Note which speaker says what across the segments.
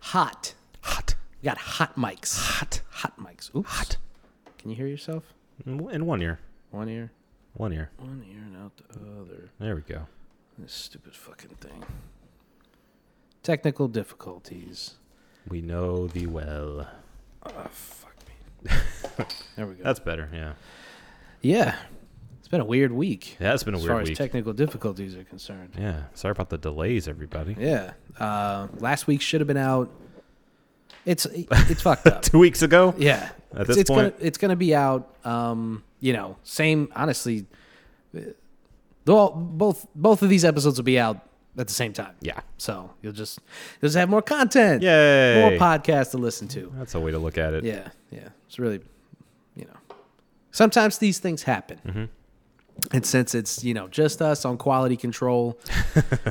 Speaker 1: hot.
Speaker 2: Hot.
Speaker 1: We got hot mics.
Speaker 2: Hot.
Speaker 1: Hot mics. Oops.
Speaker 2: Hot.
Speaker 1: Can you hear yourself?
Speaker 2: In in one ear.
Speaker 1: One ear.
Speaker 2: One ear.
Speaker 1: One ear and out the other.
Speaker 2: There we go.
Speaker 1: This stupid fucking thing. Technical difficulties.
Speaker 2: We know thee well.
Speaker 1: Oh, fuck me. there we go.
Speaker 2: That's better. Yeah.
Speaker 1: yeah. It's been a weird week.
Speaker 2: Yeah, it's been a
Speaker 1: as far
Speaker 2: weird week.
Speaker 1: as technical difficulties are concerned.
Speaker 2: yeah. Sorry about the delays, everybody.
Speaker 1: Yeah. Uh, last week should have been out. It's it's fucked up.
Speaker 2: Two weeks ago.
Speaker 1: Yeah.
Speaker 2: At
Speaker 1: it's,
Speaker 2: this
Speaker 1: it's
Speaker 2: point-
Speaker 1: gonna, it's going to be out. Um, you know, same. Honestly, uh, they'll all, both both of these episodes will be out at the same time.
Speaker 2: Yeah.
Speaker 1: So you'll just you'll just have more content.
Speaker 2: Yay.
Speaker 1: More podcasts to listen to.
Speaker 2: That's a way to look at it.
Speaker 1: Yeah. Yeah. It's really, you know, sometimes these things happen.
Speaker 2: Mm-hmm.
Speaker 1: And since it's you know just us on quality control,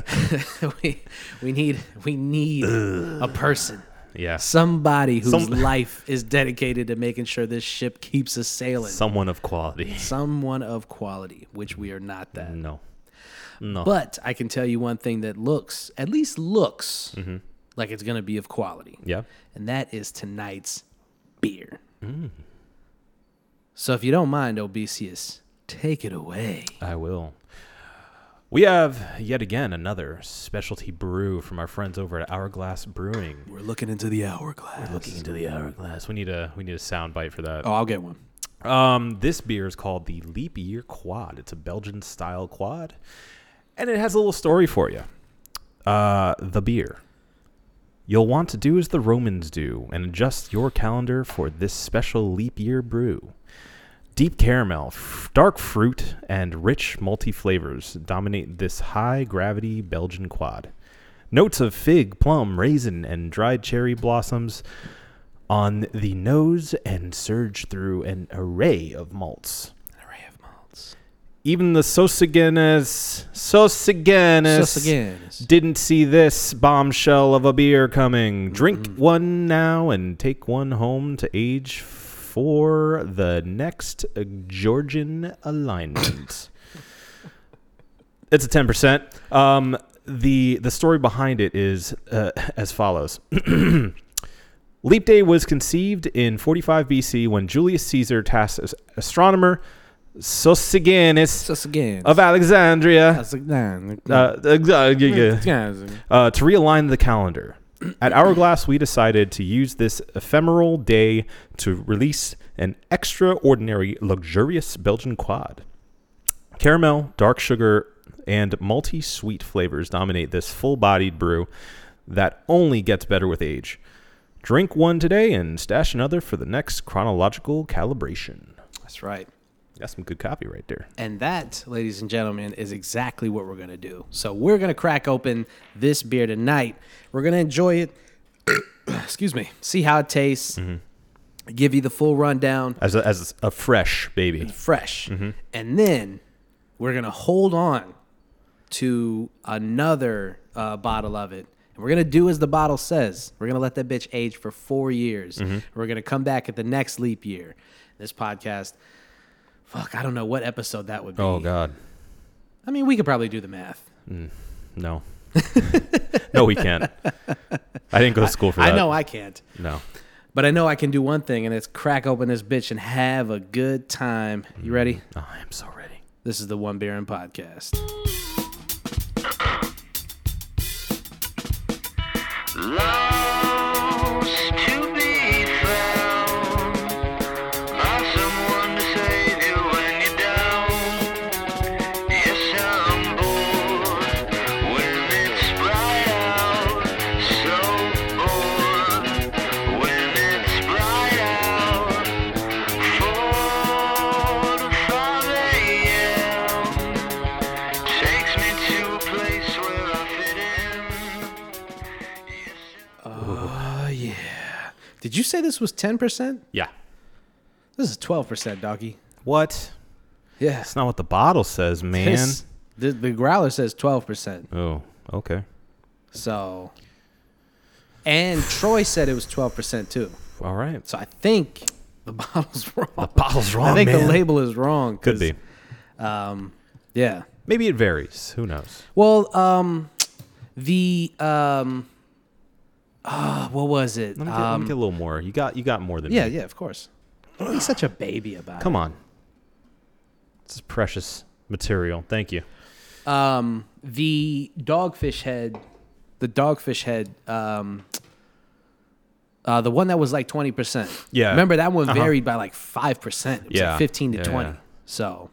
Speaker 1: we we need we need a person
Speaker 2: Yeah.
Speaker 1: somebody whose
Speaker 2: Some-
Speaker 1: life is dedicated to making sure this ship keeps us sailing.
Speaker 2: Someone of quality.
Speaker 1: Someone of quality, which we are not that.
Speaker 2: No. No.
Speaker 1: But I can tell you one thing that looks, at least looks,
Speaker 2: Mm-hmm.
Speaker 1: like it's going to be of quality,
Speaker 2: yeah.
Speaker 1: and that is tonight's beer.
Speaker 2: Mm.
Speaker 1: So if you don't mind, Obesius, take it away.
Speaker 2: I will. We have yet again another specialty brew from our friends over at Hourglass Brewing.
Speaker 1: We're looking into the hourglass.
Speaker 2: Looking into the hourglass. We need a we need a sound bite for that.
Speaker 1: Oh, I'll get one.
Speaker 2: Um, this beer is called the Leap Year Quad. It's a Belgian style quad, and it has a little story for you. Uh, the beer. You'll want to do as the Romans do and adjust your calendar for this special leap year brew. Deep caramel, f- dark fruit, and rich multi flavors dominate this high gravity Belgian quad. Notes of fig, plum, raisin, and dried cherry blossoms on the nose and surge through an array of malts.
Speaker 1: An array of malts.
Speaker 2: Even the Sosigenes, Sosigenes
Speaker 1: Sausagenis.
Speaker 2: didn't see this bombshell of a beer coming. Drink one now and take one home to age for the next uh, Georgian alignment. it's a 10%. Um, the, the story behind it is uh, as follows. Leap Day was conceived in 45 BC when Julius Caesar tasked as- astronomer Sosigenes
Speaker 1: Sausagenis.
Speaker 2: of Alexandria
Speaker 1: Sausagenis.
Speaker 2: uh, uh, uh, yeah, yeah,
Speaker 1: Sausagenis.
Speaker 2: uh, to realign the calendar. At Hourglass, we decided to use this ephemeral day to release an extraordinary, luxurious Belgian quad. Caramel, dark sugar, and multi sweet flavors dominate this full bodied brew that only gets better with age. Drink one today and stash another for the next chronological calibration.
Speaker 1: That's right.
Speaker 2: That's some good copy right there.
Speaker 1: And that, ladies and gentlemen, is exactly what we're going to do. So we're going to crack open this beer tonight. We're going to enjoy it. Excuse me. See how it tastes.
Speaker 2: Mm-hmm.
Speaker 1: Give you the full rundown
Speaker 2: As a, as a fresh baby.
Speaker 1: fresh. And then we're going to hold on to another uh, bottle of it. And we're going to do as the bottle says. We're going to let that bitch age for four years. We're going to come back at the next leap year. This podcast, fuck, I don't know what episode that would be.
Speaker 2: Oh, God.
Speaker 1: I mean, we could probably do the math.
Speaker 2: No. no, we can't. I didn't go to school for that.
Speaker 1: I know I can't,
Speaker 2: No.
Speaker 1: but I know I can do one thing, and it's crack open this bitch and have a good time. You ready?
Speaker 2: Oh, I'm so ready.
Speaker 1: This is the One Beer and Podcast.
Speaker 3: Lost to be found by someone to save you when you're down. Yes, I'm bored when it's bright out. So bored when it's bright out. Four to five a.m. takes me to a place where I fit in. Yes.
Speaker 1: Oh yeah. Did you say this was ten percent?
Speaker 2: Yeah.
Speaker 1: This is twelve percent, doggy.
Speaker 2: What?
Speaker 1: Yeah.
Speaker 2: That's not what the bottle says, man.
Speaker 1: This, the, the growler says twelve percent.
Speaker 2: Oh, okay.
Speaker 1: So. And Troy said it was twelve percent too.
Speaker 2: All right.
Speaker 1: So I think the bottle's wrong. The
Speaker 2: bottle's wrong,
Speaker 1: I think the
Speaker 2: man.
Speaker 1: label is wrong. 'cause,
Speaker 2: Could be.
Speaker 1: Um, yeah.
Speaker 2: Maybe it varies. Who knows?
Speaker 1: Well, um, the um, uh, what was it?
Speaker 2: Let me, get, let me get a little more. You got you got more than
Speaker 1: Um, yeah,
Speaker 2: me.
Speaker 1: yeah, of course. Don't be such a baby about
Speaker 2: Come on. This is precious material. Thank you.
Speaker 1: it. Um, the dogfish head, the dogfish head, um, uh, the one that was like twenty percent.
Speaker 2: Yeah.
Speaker 1: remember that one
Speaker 2: Uh-huh.
Speaker 1: varied by like five percent. It was
Speaker 2: Yeah.
Speaker 1: like fifteen to
Speaker 2: Yeah,
Speaker 1: twenty.
Speaker 2: yeah. Mm-hmm.
Speaker 1: So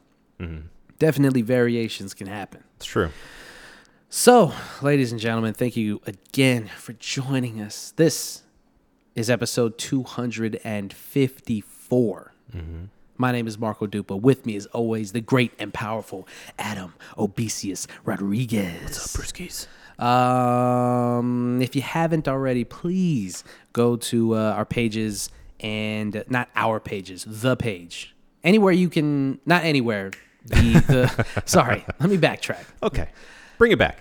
Speaker 1: definitely variations can happen.
Speaker 2: It's true.
Speaker 1: So, ladies and gentlemen, thank you again for joining us. This is episode 254.
Speaker 2: Mm-hmm.
Speaker 1: My name is Marco Dupa. With me, as always, the great and powerful Adam Obesius Rodriguez. What's up,
Speaker 2: Briskies.
Speaker 1: um, if you haven't already, please go to uh, our pages and not our pages, the page. Anywhere you can, not anywhere. The, the, sorry, let me backtrack
Speaker 2: Okay. Bring it back.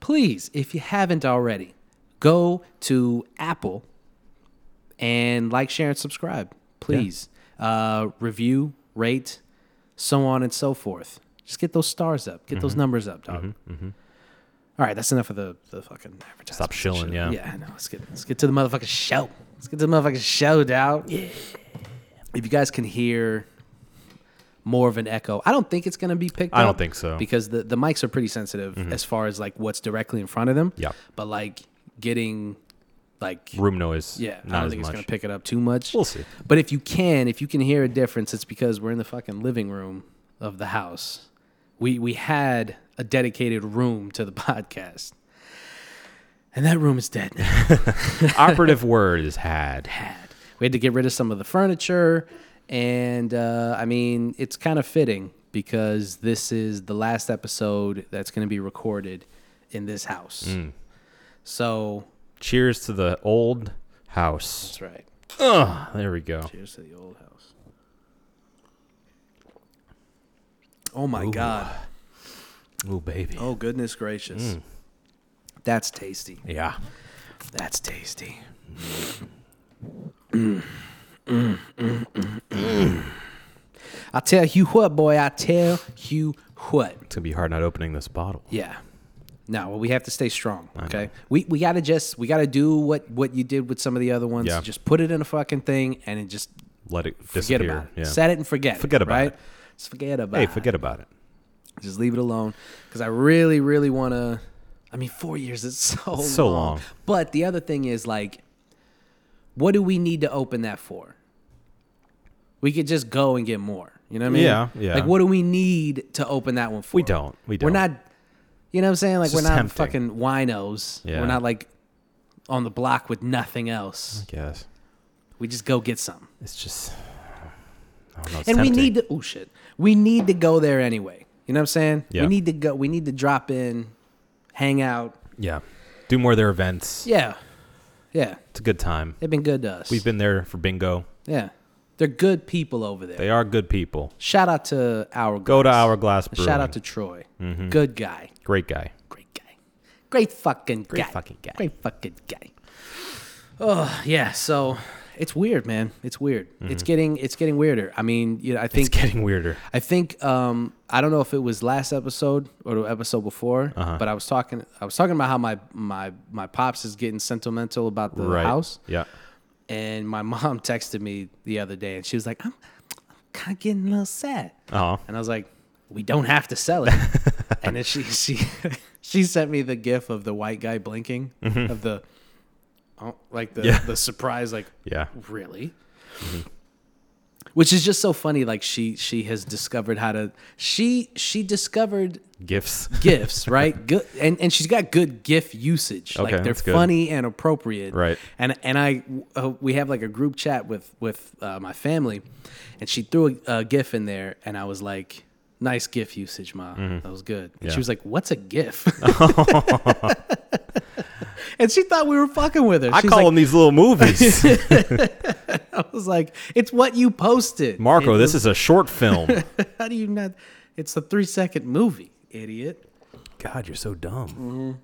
Speaker 1: please, if you haven't already, go to Apple and like, share, and subscribe. Please uh, review, rate, so on and so forth. Just get those stars up, get
Speaker 2: Mm-hmm.
Speaker 1: those numbers up, dog. All right, that's enough of the, the fucking advertisement.
Speaker 2: Stop shilling,
Speaker 1: shit.
Speaker 2: yeah.
Speaker 1: Yeah, I know. Let's get let's get to the motherfucking show. Let's get to the motherfucking show, dog. Yeah. If you guys can hear more of an echo, I don't think it's gonna be picked
Speaker 2: I
Speaker 1: up.
Speaker 2: don't think so.
Speaker 1: Because the, the mics are pretty sensitive
Speaker 2: Mm-hmm.
Speaker 1: as far as like what's directly in front of them.
Speaker 2: Yep.
Speaker 1: But like getting like
Speaker 2: Room noise.
Speaker 1: yeah, I
Speaker 2: Not
Speaker 1: don't
Speaker 2: as
Speaker 1: think it's
Speaker 2: much.
Speaker 1: gonna pick it up too much.
Speaker 2: We'll see.
Speaker 1: But if you can, if you can hear a difference, it's because we're in the fucking living room of the house. We we had a dedicated room to the podcast. And that room is dead now.
Speaker 2: Operative word is had.
Speaker 1: had. We had to get rid of some of the furniture, and uh, I mean, it's kind of fitting because this is the last episode that's going to be recorded in this house. So
Speaker 2: Cheers to the old house.
Speaker 1: that's right.
Speaker 2: Ugh, there we go.
Speaker 1: Here's to the old house. Oh my god!
Speaker 2: Oh baby.
Speaker 1: Oh goodness gracious! That's tasty.
Speaker 2: Yeah.
Speaker 1: That's tasty. I tell you what, boy. I tell you what.
Speaker 2: It's gonna be hard not opening this bottle.
Speaker 1: Yeah. No, well, we have to stay strong. Okay. We we gotta just we gotta do what what you did with some of the other ones.
Speaker 2: Yeah.
Speaker 1: Just put it in a fucking thing and it just
Speaker 2: Let it
Speaker 1: forget
Speaker 2: disappear.
Speaker 1: about it.
Speaker 2: Yeah.
Speaker 1: Set it and forget.
Speaker 2: Forget
Speaker 1: it,
Speaker 2: about
Speaker 1: right?
Speaker 2: it.
Speaker 1: Just forget about.
Speaker 2: hey,
Speaker 1: it.
Speaker 2: forget about it.
Speaker 1: Just leave it alone because I really, really want to. I mean, four years is so
Speaker 2: so
Speaker 1: long.
Speaker 2: long.
Speaker 1: But the other thing is like, what do we need to open that for? We could just go and get more. You know what I mean?
Speaker 2: Yeah, yeah.
Speaker 1: Like, what do we need to open that one for?
Speaker 2: We don't. We
Speaker 1: We're
Speaker 2: don't.
Speaker 1: not. You know what I'm saying? Like,
Speaker 2: It's
Speaker 1: we're
Speaker 2: just
Speaker 1: not
Speaker 2: tempting.
Speaker 1: fucking winos.
Speaker 2: Yeah.
Speaker 1: We're not like on the block with nothing else.
Speaker 2: Yes.
Speaker 1: We just go get some.
Speaker 2: It's just. I don't know, it's
Speaker 1: and we
Speaker 2: tempting.
Speaker 1: need to oh shit we need to go there anyway you know what i'm saying
Speaker 2: Yeah.
Speaker 1: we need to go we need to drop in hang out
Speaker 2: Yeah. Do more of their events.
Speaker 1: yeah yeah
Speaker 2: It's a good time.
Speaker 1: they've been good to us
Speaker 2: We've been there for bingo.
Speaker 1: yeah they're good people over there
Speaker 2: They are good people.
Speaker 1: shout out to our
Speaker 2: Go to Mm-hmm. Hourglass Brewing.
Speaker 1: shout out to troy good guy
Speaker 2: great guy.
Speaker 1: great guy great fucking
Speaker 2: Great
Speaker 1: guy
Speaker 2: fucking guy.
Speaker 1: great fucking guy oh yeah so it's weird man it's weird it's getting it's getting weirder i mean you know i think
Speaker 2: Mm-hmm. It's getting weirder.
Speaker 1: I think um, I don't know if it was last episode or the episode before,
Speaker 2: Uh-huh.
Speaker 1: but I was talking I was talking about how my my my pops is getting sentimental about the
Speaker 2: right.
Speaker 1: house,
Speaker 2: Yeah.
Speaker 1: and my mom texted me the other day, and she was like, "I'm, I'm kind of getting a little sad,"
Speaker 2: Oh.
Speaker 1: and I was like, "We don't have to sell it," and then she she she sent me the gif of the white guy blinking of the. Oh, like the
Speaker 2: Mm-hmm. Yeah.
Speaker 1: the surprise, like
Speaker 2: Yeah.
Speaker 1: really
Speaker 2: Mm-hmm.
Speaker 1: which is just so funny like she she has discovered how to she she discovered
Speaker 2: Gifts.
Speaker 1: gifts right good and and she's got good gift usage
Speaker 2: Okay,
Speaker 1: like they're
Speaker 2: that's good.
Speaker 1: funny and appropriate
Speaker 2: Right.
Speaker 1: and and i uh, we have like a group chat with with uh, my family and she threw a, a gif in there and i was like nice gif usage ma that was good and
Speaker 2: Mm-hmm. Yeah.
Speaker 1: she was like what's a gif and she thought we were fucking with her
Speaker 2: I
Speaker 1: She's
Speaker 2: call
Speaker 1: like,
Speaker 2: them these little movies.
Speaker 1: I was like, it's what you posted.
Speaker 2: Marco,
Speaker 1: It
Speaker 2: this
Speaker 1: was-
Speaker 2: is a short film.
Speaker 1: how do you not? It's a three second movie, idiot.
Speaker 2: God, you're so dumb.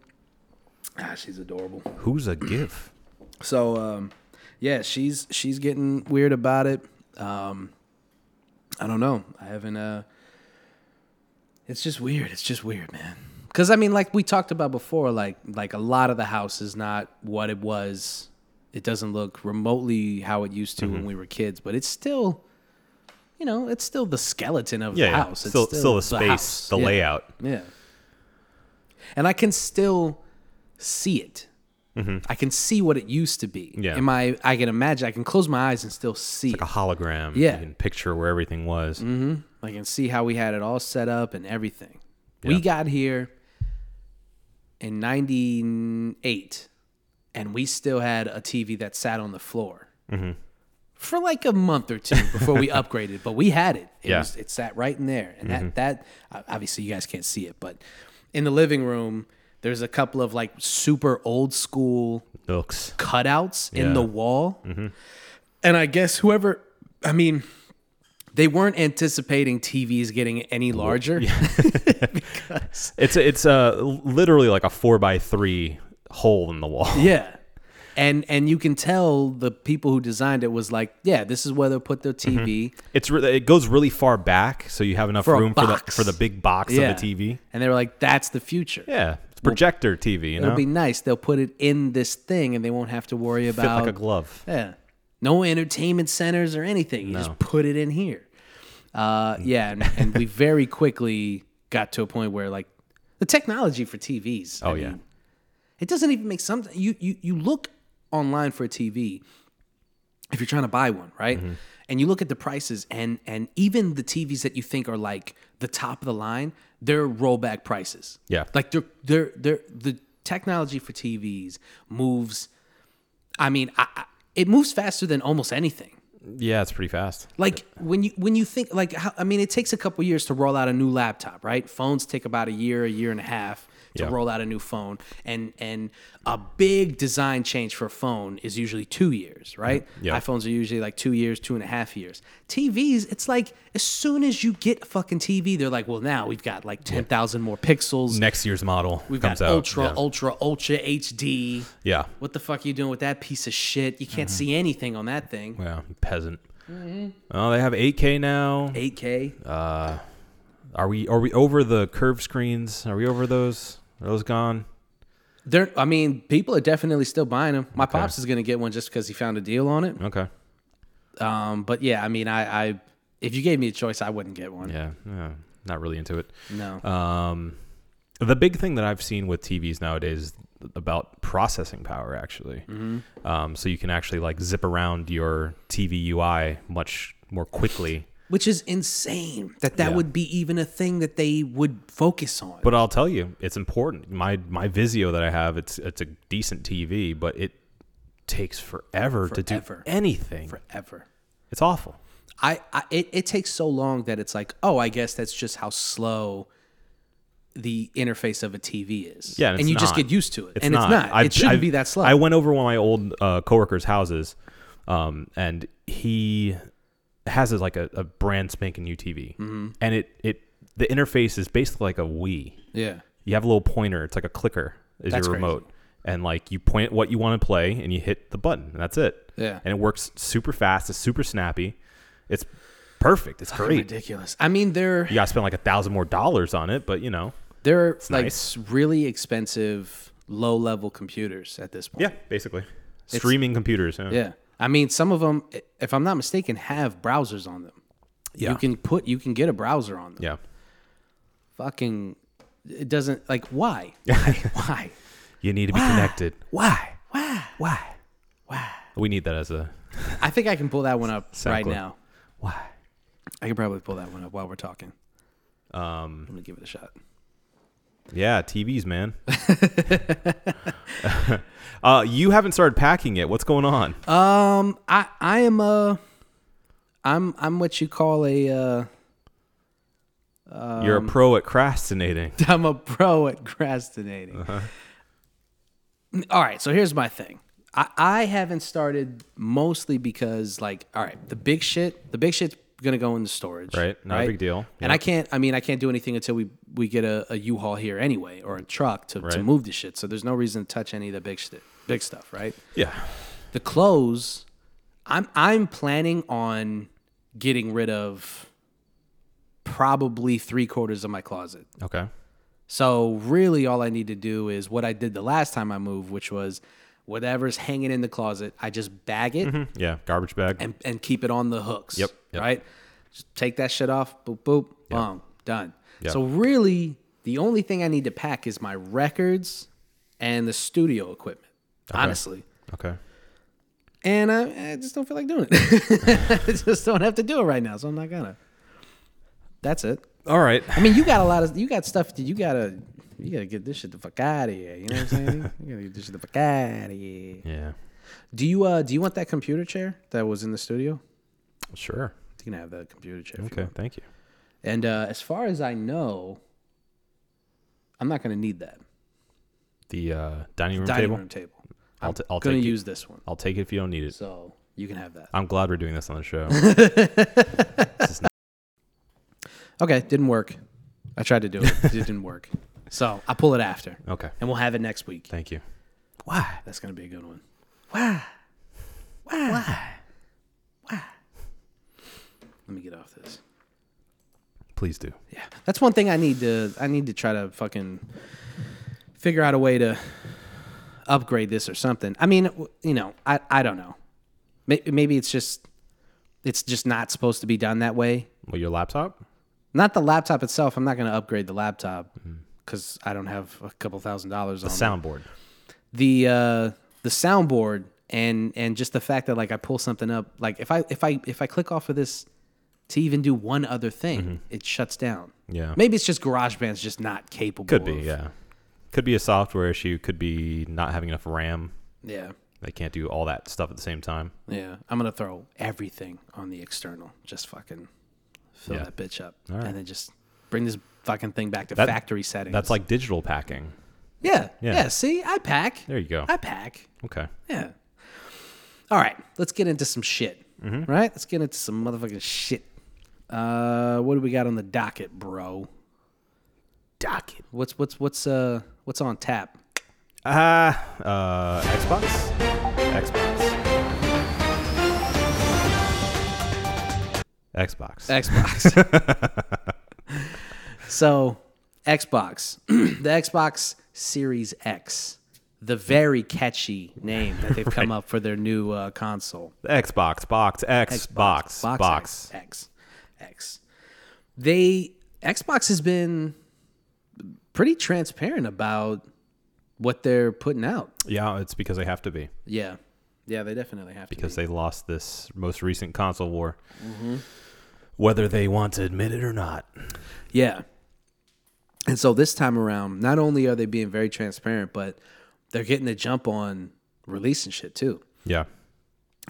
Speaker 1: Ah, she's adorable.
Speaker 2: Who's a gif?
Speaker 1: So, um, yeah, she's she's getting weird about it. Um, I don't know. I haven't. Uh, it's just weird. It's just weird, man. Because I mean, like we talked about before, like like a lot of the house is not what it was. It doesn't look remotely how it used to when
Speaker 2: Mm-hmm.
Speaker 1: we were kids, but it's still, you know, it's still the skeleton of
Speaker 2: Yeah,
Speaker 1: the
Speaker 2: yeah.
Speaker 1: house. It's
Speaker 2: Still, still the space,
Speaker 1: house.
Speaker 2: the
Speaker 1: Yeah.
Speaker 2: layout.
Speaker 1: Yeah. And I can still see it. I can see what it used to be.
Speaker 2: Mm-hmm. Yeah.
Speaker 1: And my I can imagine I can close my eyes and still see
Speaker 2: Like a hologram.
Speaker 1: Yeah. Mm-hmm.
Speaker 2: You can picture where everything was.
Speaker 1: it. I can see how we had it all set up and everything.
Speaker 2: Yeah.
Speaker 1: We got here in 98 and we still had a TV that sat on the floor.
Speaker 2: Mm-hmm.
Speaker 1: For like a month or two before we upgraded, but we had it. It,
Speaker 2: Yeah. Mm-hmm.
Speaker 1: was, it sat right in there, and that that obviously you guys can't see it, but in the living room, there's a couple of like super old school
Speaker 2: Looks.
Speaker 1: cutouts in
Speaker 2: Yeah. Mm-hmm.
Speaker 1: the wall. And I guess whoever, I mean, they weren't anticipating TVs getting any larger. because,
Speaker 2: It's it's uh literally like a four by three hole in the wall.
Speaker 1: yeah. And and you can tell the people who designed it was like, yeah, this is where they'll put their
Speaker 2: Mm-hmm.
Speaker 1: TV.
Speaker 2: It's re- it goes really far back, so you have enough
Speaker 1: For a
Speaker 2: room for the
Speaker 1: box.
Speaker 2: for the big box
Speaker 1: Yeah.
Speaker 2: of the TV.
Speaker 1: And they were like, that's the future.
Speaker 2: Yeah, it's projector TV. You know,
Speaker 1: It'll be nice. They'll put it in this thing and they won't have to worry
Speaker 2: fit
Speaker 1: about
Speaker 2: like a glove.
Speaker 1: Yeah. No entertainment centers or anything. You just put it in here. Uh, yeah, and, and we very quickly got to a point where like the technology for TVs.
Speaker 2: Oh, yeah.
Speaker 1: it doesn't even make something. You you you look online for a TV if you're trying to buy one, right? And you look at the prices, and and even the TVs that you think are like the top of the line, they're rollback prices.
Speaker 2: Yeah.
Speaker 1: like they're they're they're the technology for TVs moves. I mean, I, I, it moves faster than almost anything.
Speaker 2: Yeah, it's pretty fast.
Speaker 1: Like when you when you think like how, I mean, it takes a couple years to roll out a new laptop, right? Phones take about a year, a year and a half to
Speaker 2: Yeah.
Speaker 1: roll out a new phone, and and a big design change for a phone is usually two years, right?
Speaker 2: Mm-hmm. Yeah.
Speaker 1: iPhones are usually like two years, two and a half years. TVs, it's like as soon as you get a fucking TV, they're like, well, now we've got like ten thousand more pixels.
Speaker 2: Next year's model
Speaker 1: We've
Speaker 2: comes
Speaker 1: got
Speaker 2: out.
Speaker 1: ultra,
Speaker 2: yeah.
Speaker 1: ultra, ultra HD.
Speaker 2: yeah, Mm-hmm.
Speaker 1: What the fuck are you doing with that piece of shit? You can't see anything on that thing.
Speaker 2: yeah, peasant.
Speaker 1: Mm-hmm.
Speaker 2: Oh, they have 8K now.
Speaker 1: 8K.
Speaker 2: Are we are we over the curved screens? Are we over those? Are those gone?
Speaker 1: They're, I mean, people are definitely still buying them. My pops is gonna get one just because he found a deal on it.
Speaker 2: Okay.
Speaker 1: Um, but yeah, I mean, I, I, if you gave me a choice, I wouldn't get one.
Speaker 2: Yeah, yeah, not really into it.
Speaker 1: No.
Speaker 2: Um, the big thing that I've seen with TVs nowadays is about processing power, actually. Um, so you can actually like zip around your TV UI much more quickly.
Speaker 1: Which is insane that that
Speaker 2: Yeah.
Speaker 1: would be even a thing that they would focus on.
Speaker 2: But I'll tell you, it's important. My my Vizio that I have, it's it's a decent TV, but it takes forever, to do
Speaker 1: Forever.
Speaker 2: anything.
Speaker 1: ever.
Speaker 2: It's awful.
Speaker 1: I, I it, it takes so long that it's like, oh, I guess that's just how slow the interface of a TV is.
Speaker 2: Yeah,
Speaker 1: and,
Speaker 2: it's
Speaker 1: you just
Speaker 2: not.
Speaker 1: get used to it.
Speaker 2: It's
Speaker 1: and it's
Speaker 2: not.
Speaker 1: not.
Speaker 2: I've-
Speaker 1: it shouldn't
Speaker 2: I've-
Speaker 1: be that slow.
Speaker 2: I went over one of my old uh, coworkers' houses, um, and he has a, like a, a brand spanking new TV,
Speaker 1: Mm-hmm.
Speaker 2: and it it the interface is basically like a Wii.
Speaker 1: yeah.
Speaker 2: You have a little pointer. It's like a clicker is
Speaker 1: That's
Speaker 2: your
Speaker 1: crazy.
Speaker 2: remote, and like you point at what you want to play, and you hit the button, and that's it.
Speaker 1: Yeah.
Speaker 2: and it works super fast. It's super snappy. It's perfect. It's great.
Speaker 1: Ridiculous. I mean, they're
Speaker 2: You gotta spend like a thousand more dollars on it, but you know,
Speaker 1: they're like
Speaker 2: nice.
Speaker 1: really expensive low level computers at this point.
Speaker 2: yeah, basically streaming computers. Yeah.
Speaker 1: Yeah. I mean, some of them, if I'm not mistaken, have browsers on them.
Speaker 2: Yeah.
Speaker 1: You can put, you can get a browser on them.
Speaker 2: yeah.
Speaker 1: Fucking, it doesn't, like, why? Why? why?
Speaker 2: You need to be connected.
Speaker 1: Why? Why? Why?
Speaker 2: We need that as a
Speaker 1: I think I can pull that one up right
Speaker 2: clip.
Speaker 1: now.
Speaker 2: why.
Speaker 1: I can probably pull that one up while we're talking. Um, I'm going to give it a shot.
Speaker 2: Yeah, TVs, man. uh, you haven't started packing yet. What's going on?
Speaker 1: Um, I, I am a, I'm, I'm what you call a, uh, Um,
Speaker 2: You're a pro at procrastinating.
Speaker 1: I'm a pro at procrastinating.
Speaker 2: Uh-huh.
Speaker 1: All right, so here's my thing. I, I haven't started mostly because like, all right, the big shit, the big shit's gonna go into storage.
Speaker 2: Right, not a big deal.
Speaker 1: And I can't. I mean, I can't do anything until we we get a, a U-Haul here anyway, or a truck to, to
Speaker 2: Right.
Speaker 1: move the shit. So there's no reason to touch any of the big shit, big stuff, right?
Speaker 2: Yeah.
Speaker 1: the clothes i'm i'm planning on getting rid of probably three quarters of my closet
Speaker 2: Okay.
Speaker 1: So really, all I need to do is what I did the last time I moved, which was whatever's hanging in the closet, I just bag it
Speaker 2: Yeah, garbage bag.
Speaker 1: and, and keep it on the hooks.
Speaker 2: Mm-hmm. Yep, yep.
Speaker 1: Right. Just take that shit off. Boop boop. Boom. Done.
Speaker 2: Yep.
Speaker 1: So really, the only thing I need to pack is my records and the studio equipment. Honestly.
Speaker 2: okay.
Speaker 1: And I, I just don't feel like doing it. I just don't have to do it right now, so I'm not gonna. That's it.
Speaker 2: All right.
Speaker 1: I mean, you got a lot of you got stuff that you gotta you gotta get this shit the fuck out of here. You know what I'm saying? you gotta get this shit the fuck out of here.
Speaker 2: Yeah.
Speaker 1: Do you uh do you want that computer chair that was in the studio?
Speaker 2: Sure.
Speaker 1: You can have that computer chair. If you
Speaker 2: Okay.
Speaker 1: want.
Speaker 2: Thank you.
Speaker 1: And uh, as far as I know, I'm not gonna need that
Speaker 2: The uh, dining room
Speaker 1: dining
Speaker 2: table.
Speaker 1: room table.
Speaker 2: I'll, t- I'll
Speaker 1: gonna
Speaker 2: take
Speaker 1: use this one,
Speaker 2: it. I'll take it if you don't need it.
Speaker 1: so you can have that.
Speaker 2: I'm glad we're doing this on the show.
Speaker 1: Okay, didn't work. I tried to do it. it didn't work. So I pull it after,
Speaker 2: okay.
Speaker 1: and we'll have it next week.
Speaker 2: Thank you. Why?
Speaker 1: That's gonna be a good one.
Speaker 2: Why?
Speaker 1: Let me get off this.
Speaker 2: Please do.
Speaker 1: Yeah, that's one thing I need to. I need to try to fucking figure out a way to upgrade this or something. I mean, w- you know, I I don't know. May- Maybe it's just it's just not supposed to be done that way.
Speaker 2: Well, your laptop?
Speaker 1: Um, Not the laptop itself. I'm not going to upgrade the laptop because I don't have a couple thousand dollars on it.
Speaker 2: Soundboard.
Speaker 1: the uh, the soundboard and and just the fact that like I pull something up. Like if I if I if I click off of this to even do one other thing,
Speaker 2: Mm-hmm.
Speaker 1: it shuts down.
Speaker 2: Yeah.
Speaker 1: Maybe it's just GarageBand's just not capable.
Speaker 2: Could be,
Speaker 1: of-
Speaker 2: yeah. Could be a software issue. Could be not having enough RAM.
Speaker 1: Yeah.
Speaker 2: They can't do all that stuff at the same time.
Speaker 1: Yeah. I'm gonna throw everything on the external. Just fucking fill
Speaker 2: Yeah.
Speaker 1: that bitch up.
Speaker 2: All right.
Speaker 1: And then just bring this fucking thing back to
Speaker 2: That-
Speaker 1: factory settings.
Speaker 2: That's like digital packing.
Speaker 1: Yeah.
Speaker 2: Yeah.
Speaker 1: Yeah. See, I pack.
Speaker 2: There you go.
Speaker 1: I pack.
Speaker 2: Okay.
Speaker 1: Yeah. All right. Let's get into some shit. Right? Let's get into some motherfucking shit. Uh, what do we got on the docket, bro? Docket. What's what's what's uh what's on tap?
Speaker 2: Uh, uh, Xbox? Xbox. Xbox.
Speaker 1: Xbox. so, Xbox, the Xbox Series X, the very catchy name that they've come up for their new uh, console.
Speaker 2: Xbox. Box. X. Box. Box.
Speaker 1: X, X, X. They Xbox has been pretty transparent about what they're putting out.
Speaker 2: Yeah, it's because they have to be.
Speaker 1: Yeah, yeah, they definitely have
Speaker 2: Because
Speaker 1: to.
Speaker 2: they lost this most recent console war. Mm-hmm. Whether they want to admit it or not.
Speaker 1: Be. Yeah, and so this time around, not only are they being very transparent, but they're getting the jump on releasing shit too.
Speaker 2: Yeah.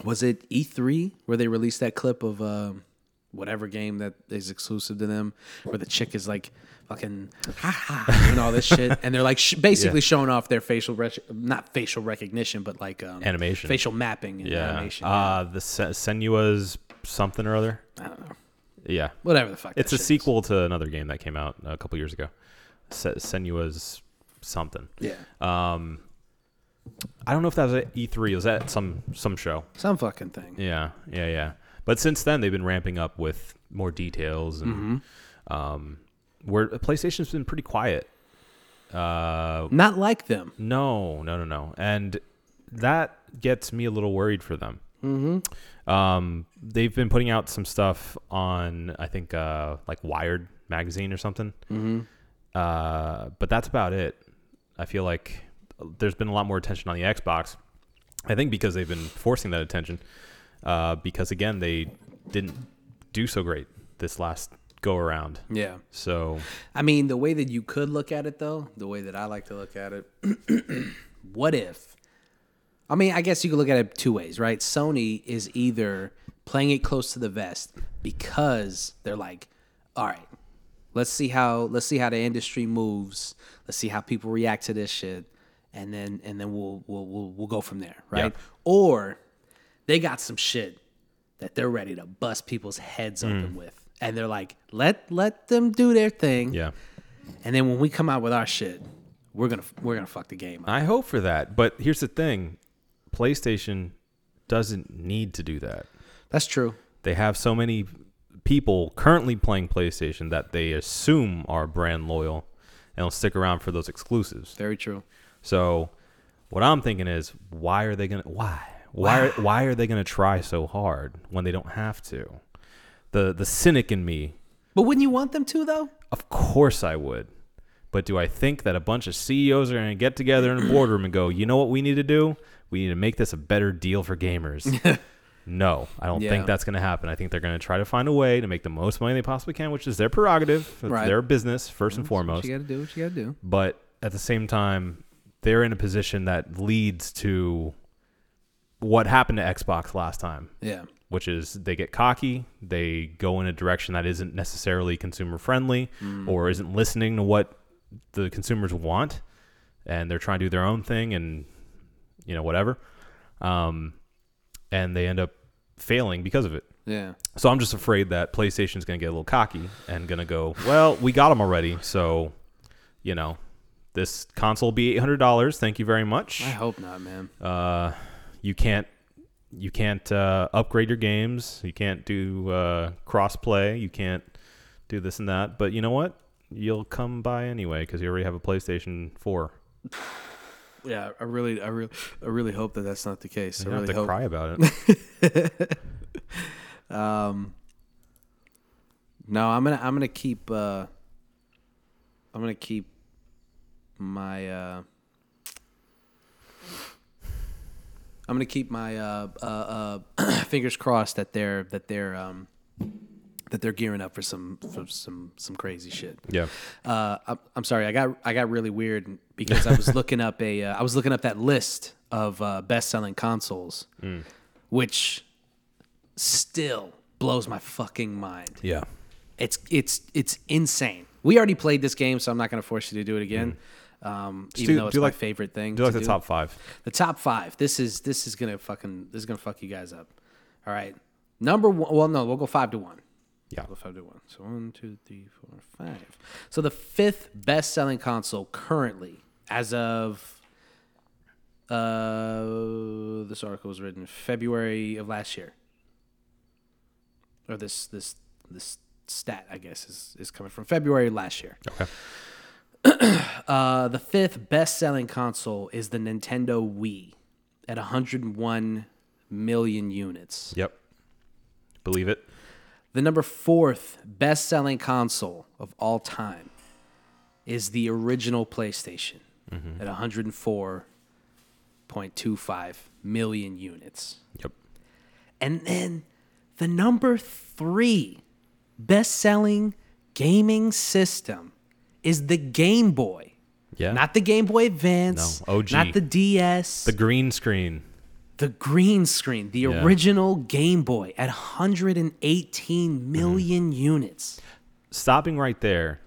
Speaker 1: Was it E3 where they released that clip of um, whatever game that is exclusive to them, where the chick is like fucking ha ha and all this shit, and they're like sh- basically showing off their facial rec- not facial recognition, but like um,
Speaker 2: Animation.
Speaker 1: facial mapping, and
Speaker 2: Yeah.
Speaker 1: animation,
Speaker 2: Uh, the Se- Senua's something or other.
Speaker 1: I don't know,
Speaker 2: Yeah.
Speaker 1: whatever the fuck.
Speaker 2: It's
Speaker 1: that
Speaker 2: a
Speaker 1: shit is.
Speaker 2: sequel to another game that came out a couple years ago. Se- Senua's something.
Speaker 1: Yeah,
Speaker 2: Ah. I don't know if that was at E3. It was at some some show.
Speaker 1: some fucking thing.
Speaker 2: Yeah, yeah, yeah. But since then, they've been ramping up with more details, and um, where PlayStation's been pretty quiet. Uh,
Speaker 1: Not like them.
Speaker 2: no, no, no, no, and that gets me a little worried for them. Mm-hmm. Um, they've been putting out some stuff on, I think, uh, like Wired magazine or something. Mm-hmm. Uh, but that's about it. I feel like there's been a lot more attention on the Xbox. I think because they've been forcing that attention. Uh, because again, they didn't do so great this last go around.
Speaker 1: Yeah,
Speaker 2: So
Speaker 1: I mean, the way that you could look at it, though, the way that I like to look at it, what if? I mean, I guess you could look at it two ways, right? Sony is either playing it close to the vest because they're like, all right, let's see how let's see how the industry moves, let's see how people react to this shit, and then and then we'll we'll we'll, we'll go from there, right?
Speaker 2: Yeah.
Speaker 1: Or they got some shit that they're ready to bust people's heads open with. And they're like, let let them do their thing.
Speaker 2: yeah,
Speaker 1: And then when we come out with our shit, we're gonna we're gonna fuck the game up.
Speaker 2: I hope for that. But here's the thing: PlayStation doesn't need to do that.
Speaker 1: That's true.
Speaker 2: They have so many people currently playing PlayStation that they assume are brand loyal and they'll stick around for those exclusives.
Speaker 1: Very true.
Speaker 2: So what I'm thinking is, why are they gonna why why are, why are they gonna try so hard when they don't have to? The the cynic in me,
Speaker 1: But wouldn't you want them to though?
Speaker 2: of course I would. But do I think that a bunch of CEOs are going to get together in a boardroom and go, you know what we need to do? We need to make this a better deal for gamers. no, I don't
Speaker 1: Yeah.
Speaker 2: think that's going to happen. I think they're going to try to find a way to make the most money they possibly can, which is their prerogative. It's
Speaker 1: Right.
Speaker 2: their business, first and
Speaker 1: What
Speaker 2: foremost
Speaker 1: you got to do what you got to do.
Speaker 2: but at the same time, they're in a position that leads to what happened to Xbox last time,
Speaker 1: Yeah.
Speaker 2: which is they get cocky, they go in a direction that isn't necessarily consumer friendly or isn't listening to what the consumers want, and they're trying to do their own thing and you know whatever, um, and they end up failing because of it.
Speaker 1: Yeah.
Speaker 2: So I'm just afraid that PlayStation's going to get a little cocky and going to go, well, we got them already, so you know, this console will be eight hundred dollars. Thank you very much.
Speaker 1: I hope not, man.
Speaker 2: Uh, you can't you can't uh, upgrade your games. You can't do uh, crossplay. You can't do this and that. But you know what? You'll come by anyway because you already have a PlayStation Four.
Speaker 1: Yeah, I really, I really, I really hope that that's not the case.
Speaker 2: You
Speaker 1: I
Speaker 2: don't
Speaker 1: really
Speaker 2: have to
Speaker 1: hope.
Speaker 2: cry about it.
Speaker 1: Um, no, I'm gonna, I'm gonna keep, uh, I'm gonna keep my, uh, I'm gonna keep my uh, uh, uh, fingers crossed that they're that they're um, that they're gearing up for some for some some crazy shit.
Speaker 2: yeah.
Speaker 1: Uh, I'm, I'm sorry. I got I got really weird because I was looking up a uh, I was looking up that list of uh, best selling consoles, which still blows my fucking mind.
Speaker 2: Yeah.
Speaker 1: It's it's it's insane. We already played this game, so I'm not going to force you to do it again. Um, even
Speaker 2: Mm-hmm. do-
Speaker 1: though it's
Speaker 2: do
Speaker 1: my
Speaker 2: like-
Speaker 1: favorite thing.
Speaker 2: Do you like
Speaker 1: to
Speaker 2: the top five?
Speaker 1: the top five. This is this is gonna fucking this is gonna fuck you guys up. All right. Number one. Well, no, we'll go five to one.
Speaker 2: Yeah.
Speaker 1: we'll go five to one. So one, two, three, four, five. So the fifth best-selling console currently, as of uh, this article was written February of last year, or this this this stat I guess is is coming from February last year.
Speaker 2: Okay.
Speaker 1: Uh, the fifth best-selling console is the Nintendo Wii at 101 million units.
Speaker 2: Yep. Believe it.
Speaker 1: The number fourth best-selling console of all time is the original PlayStation
Speaker 2: Mm-hmm.
Speaker 1: at 104.25 million units.
Speaker 2: Yep.
Speaker 1: And then the number three best selling gaming system is the Game Boy.
Speaker 2: Yeah.
Speaker 1: Not the Game Boy Advance.
Speaker 2: No, OG.
Speaker 1: Not the DS.
Speaker 2: the
Speaker 1: The,
Speaker 2: green screen.
Speaker 1: green screen, the
Speaker 2: Yeah.
Speaker 1: original Game Boy at 118 million units.
Speaker 2: stopping right there,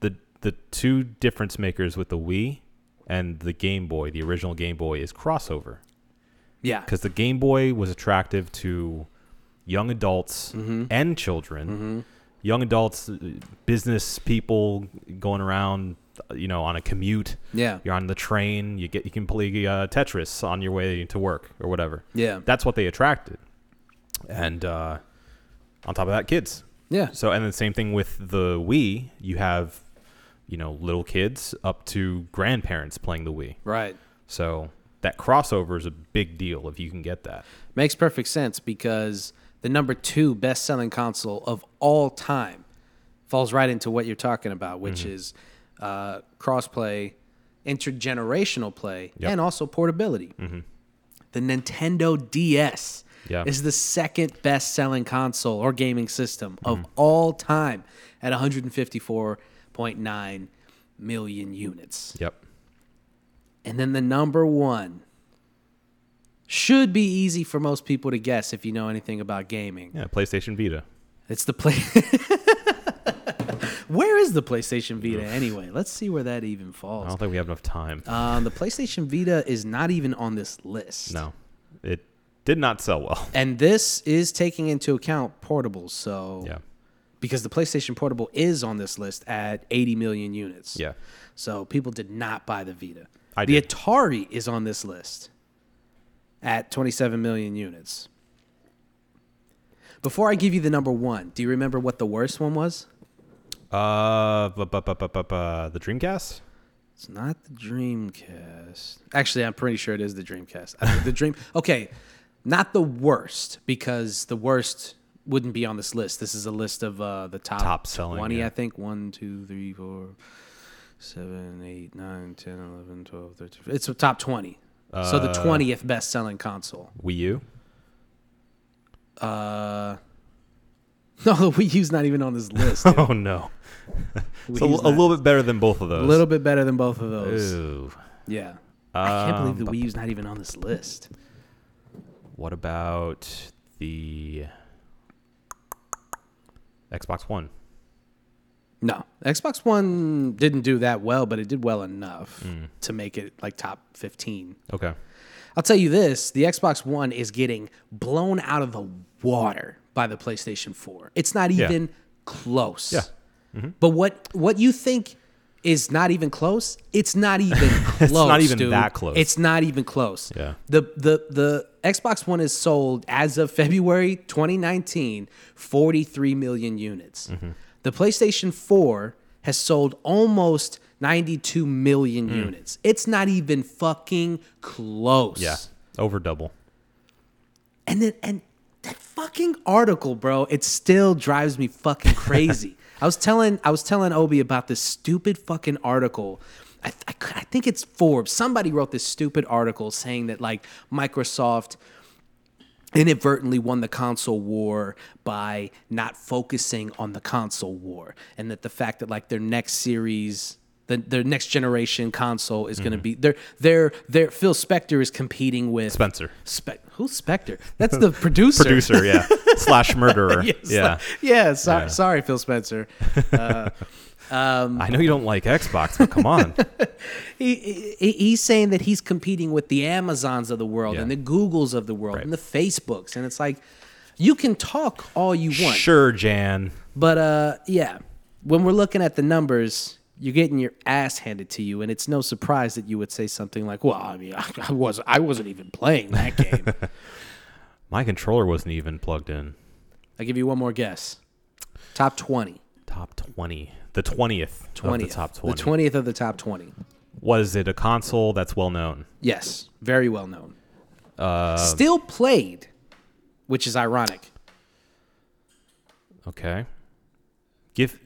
Speaker 2: the the two difference makers with the Wii and the Game Boy, the original Game Boy, is crossover
Speaker 1: Yeah.
Speaker 2: because the Game Boy was attractive to young adults
Speaker 1: Mm-hmm.
Speaker 2: and children. Young adults, uh, business people going around, uh, you know, on a commute.
Speaker 1: Yeah.
Speaker 2: you're on the train. You get you can play uh, Tetris on your way to work or whatever.
Speaker 1: Yeah.
Speaker 2: that's what they attracted. And uh, on top of that, kids.
Speaker 1: Yeah.
Speaker 2: So, and the same thing with the Wii. You have, you know, little kids up to grandparents playing the Wii.
Speaker 1: Right.
Speaker 2: So that crossover is a big deal if you can get that.
Speaker 1: Makes perfect sense because the number two best selling console of all time falls right into what you're talking about, which
Speaker 2: Mm-hmm.
Speaker 1: is uh, crossplay, intergenerational play,
Speaker 2: Yep. Mm-hmm.
Speaker 1: and also portability. The Nintendo DS
Speaker 2: Yeah.
Speaker 1: is the second best selling console or gaming system of
Speaker 2: Mm-hmm.
Speaker 1: all time at 154.9 million units.
Speaker 2: Yep.
Speaker 1: And then the number one should be easy for most people to guess if you know anything about gaming.
Speaker 2: Yeah, PlayStation Vita.
Speaker 1: It's the play. where is the PlayStation Vita anyway? Let's see where that even
Speaker 2: I
Speaker 1: falls.
Speaker 2: don't think we have enough time.
Speaker 1: Um, the PlayStation Vita is not even on this list.
Speaker 2: no, it did not sell well.
Speaker 1: And this is taking into account portables. So,
Speaker 2: Yeah.
Speaker 1: because the PlayStation Portable is on this list at 80 million units.
Speaker 2: Yeah.
Speaker 1: So people did not buy the Vita.
Speaker 2: I
Speaker 1: the
Speaker 2: did.
Speaker 1: Atari is on this list at 27 million units. Before I give you the number one, do you remember what the worst one was?
Speaker 2: Uh, bu- bu- bu- bu- bu- bu- the Dreamcast.
Speaker 1: It's not the Dreamcast. Actually, I'm pretty sure it is the Dreamcast. I- the Dream. Okay, not the worst because the worst wouldn't be on this list. This is a list of uh, the top
Speaker 2: Top selling,
Speaker 1: 20,
Speaker 2: yeah.
Speaker 1: I think. 1, 2, 3, 4, 7, 8, 9, 10, 11, 12, 13. It's the top 20. so
Speaker 2: Uh,
Speaker 1: the 20th best selling console.
Speaker 2: Wii U.
Speaker 1: No, the Wii U's not even on this list. dude.
Speaker 2: Oh no. It's
Speaker 1: Wii's
Speaker 2: a, l-
Speaker 1: not-
Speaker 2: a little bit better than both of
Speaker 1: a
Speaker 2: those.
Speaker 1: little bit better than both of those.
Speaker 2: Ooh.
Speaker 1: Yeah. I
Speaker 2: Um,
Speaker 1: can't believe
Speaker 2: bu-
Speaker 1: the Wii U's not even on this list.
Speaker 2: What about the Xbox One?
Speaker 1: No, Xbox One didn't do that well, but it did well enough
Speaker 2: Mm.
Speaker 1: to make it like top 15.
Speaker 2: Okay.
Speaker 1: I'll tell you this the Xbox One is getting blown out of the water by the PlayStation 4. It's not
Speaker 2: Yeah.
Speaker 1: even close.
Speaker 2: Yeah. Mm-hmm.
Speaker 1: But what, what you think is not even close, it's not even close. it's
Speaker 2: not even that close.
Speaker 1: It's not even close.
Speaker 2: Yeah.
Speaker 1: The, the, the Xbox One is sold as of February 2019, 43 million units. The PlayStation 4 has sold almost 92 million units. It's not even fucking close.
Speaker 2: Yeah. Over double.
Speaker 1: And then and that fucking article, bro, it still drives me fucking crazy. I was telling I was telling Obi about this stupid fucking article. I, th- I, cou- I think it's Forbes. Somebody wrote this stupid article saying that like Microsoft inadvertently won the console war by not focusing on the console war and that the fact that like their next series the, their next generation console is going to be their their their Phil Spector is competing with
Speaker 2: Spencer.
Speaker 1: Spe- who's Spector? That's the producer.
Speaker 2: Producer, yeah. Slash murderer.
Speaker 1: Yes,
Speaker 2: yeah.
Speaker 1: like- yeah. Sorry,
Speaker 2: Yeah.
Speaker 1: sorry, Phil Spencer.
Speaker 2: I know you don't like Xbox, but come on.
Speaker 1: He, he he's saying that he's competing with the Amazons of the world
Speaker 2: Yeah.
Speaker 1: and the Googles of the world
Speaker 2: Right.
Speaker 1: and the Facebooks, and it's like you can talk all you want,
Speaker 2: sure, Jan.
Speaker 1: but uh, yeah, when we're looking at the numbers. You're getting your ass handed to you, and it's no surprise that you would say something like, "Well, I mean, I, I was I wasn't even playing that game."
Speaker 2: My controller wasn't even plugged in.
Speaker 1: I'll give you one more guess. Top twenty.
Speaker 2: Top 20. The 20th. 20th.
Speaker 1: 20th.
Speaker 2: Of the top 20.
Speaker 1: The twentieth of the top twenty.
Speaker 2: Was it a console that's well known?
Speaker 1: Yes, very well known.
Speaker 2: Um,
Speaker 1: Still played, which is ironic.
Speaker 2: Okay. Give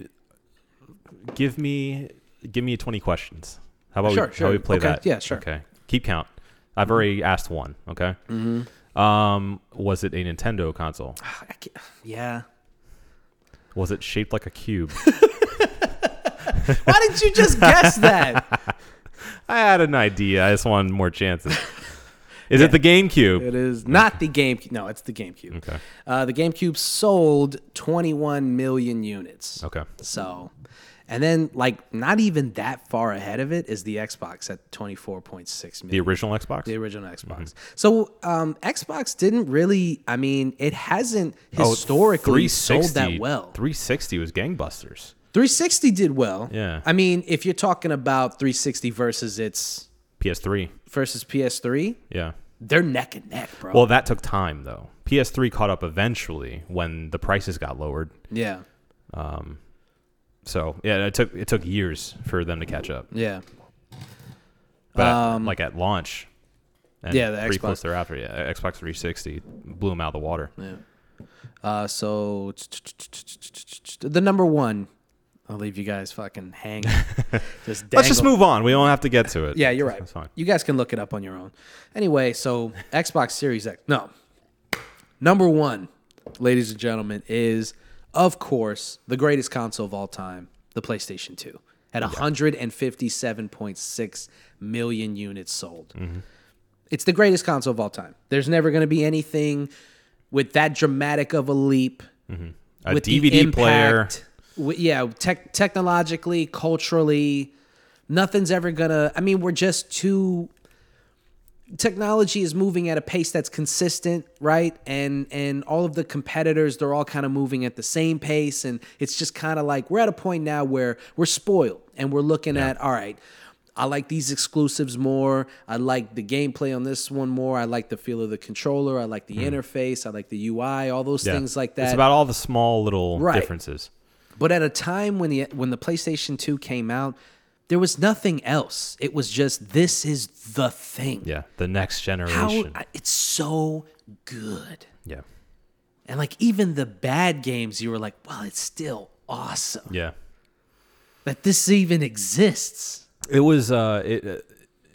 Speaker 2: give me give me 20 questions. How about
Speaker 1: Sure,
Speaker 2: we, How
Speaker 1: sure.
Speaker 2: we play
Speaker 1: Okay,
Speaker 2: that?
Speaker 1: yeah, sure.
Speaker 2: Okay. Keep count. I've already asked one, okay? Mm-hmm. Um was it a Nintendo console?
Speaker 1: Ah, I can't- Yeah.
Speaker 2: Was it shaped like a cube?
Speaker 1: Why didn't you just guess that?
Speaker 2: I had an idea. I just wanted more chances. Is it the GameCube?
Speaker 1: It is not the GameCube. No, it's the GameCube.
Speaker 2: Okay.
Speaker 1: Uh, the GameCube sold 21 million units.
Speaker 2: Okay.
Speaker 1: So, and then like not even that far ahead of it is the Xbox at 24.6
Speaker 2: The Mm-hmm.
Speaker 1: million.
Speaker 2: original Xbox?
Speaker 1: The original Xbox. So um, Xbox didn't really. I mean, it hasn't
Speaker 2: Oh,
Speaker 1: historically sold that
Speaker 2: 360
Speaker 1: well.
Speaker 2: 360 was gangbusters.
Speaker 1: 360 did well.
Speaker 2: Yeah.
Speaker 1: I mean, if you're talking about 360 versus its
Speaker 2: PS3.
Speaker 1: versus PS3,
Speaker 2: Yeah.
Speaker 1: they're neck and neck, bro.
Speaker 2: Well, that took time though. PS3 caught up eventually when the prices got lowered.
Speaker 1: yeah,
Speaker 2: So yeah, it took it took years for them to catch up.
Speaker 1: yeah,
Speaker 2: But like at launch, and
Speaker 1: Um, Yeah, the
Speaker 2: pretty
Speaker 1: Xbox.
Speaker 2: close thereafter. Yeah, Xbox 360 blew them out of the water.
Speaker 1: yeah. Uh, so the number one, I'll leave you guys fucking hang. just
Speaker 2: Let's just
Speaker 1: dangle-
Speaker 2: move on. We don't have to get to it.
Speaker 1: Yeah, you're right.
Speaker 2: That's fine.
Speaker 1: You guys can look it up on your own. Anyway, so Xbox Series X. No. Number one, ladies and gentlemen, is, of course, the greatest console of all time, the PlayStation 2, at 157.6 million units sold. It's the greatest console of all time. There's never going to be anything with that dramatic of a leap
Speaker 2: A
Speaker 1: the
Speaker 2: DVD player.
Speaker 1: impact, wi- yeah, tech, technologically, culturally, nothing's ever gonna. I mean, we're just too. Technology is moving at a pace that's consistent, right? And and all of the competitors, they're all kind of moving at the same pace, and it's just kind of like we're at a point now where we're spoiled, and we're looking at all right. I like these exclusives more. I like the gameplay on this one more. I like the feel of the controller. I like the interface. I like the UI. All those
Speaker 2: Mm-hmm. Yeah.
Speaker 1: things like that.
Speaker 2: It's about all the small little
Speaker 1: Right.
Speaker 2: differences.
Speaker 1: But at a time when the when the PlayStation 2 came out, there was nothing else. It was just this is the thing.
Speaker 2: Yeah, the next
Speaker 1: How
Speaker 2: generation.
Speaker 1: I- it's so good.
Speaker 2: yeah,
Speaker 1: And like even the bad games you were like, "Well, it's still awesome
Speaker 2: yeah.
Speaker 1: that this even exists."
Speaker 2: It was. Uh, it uh,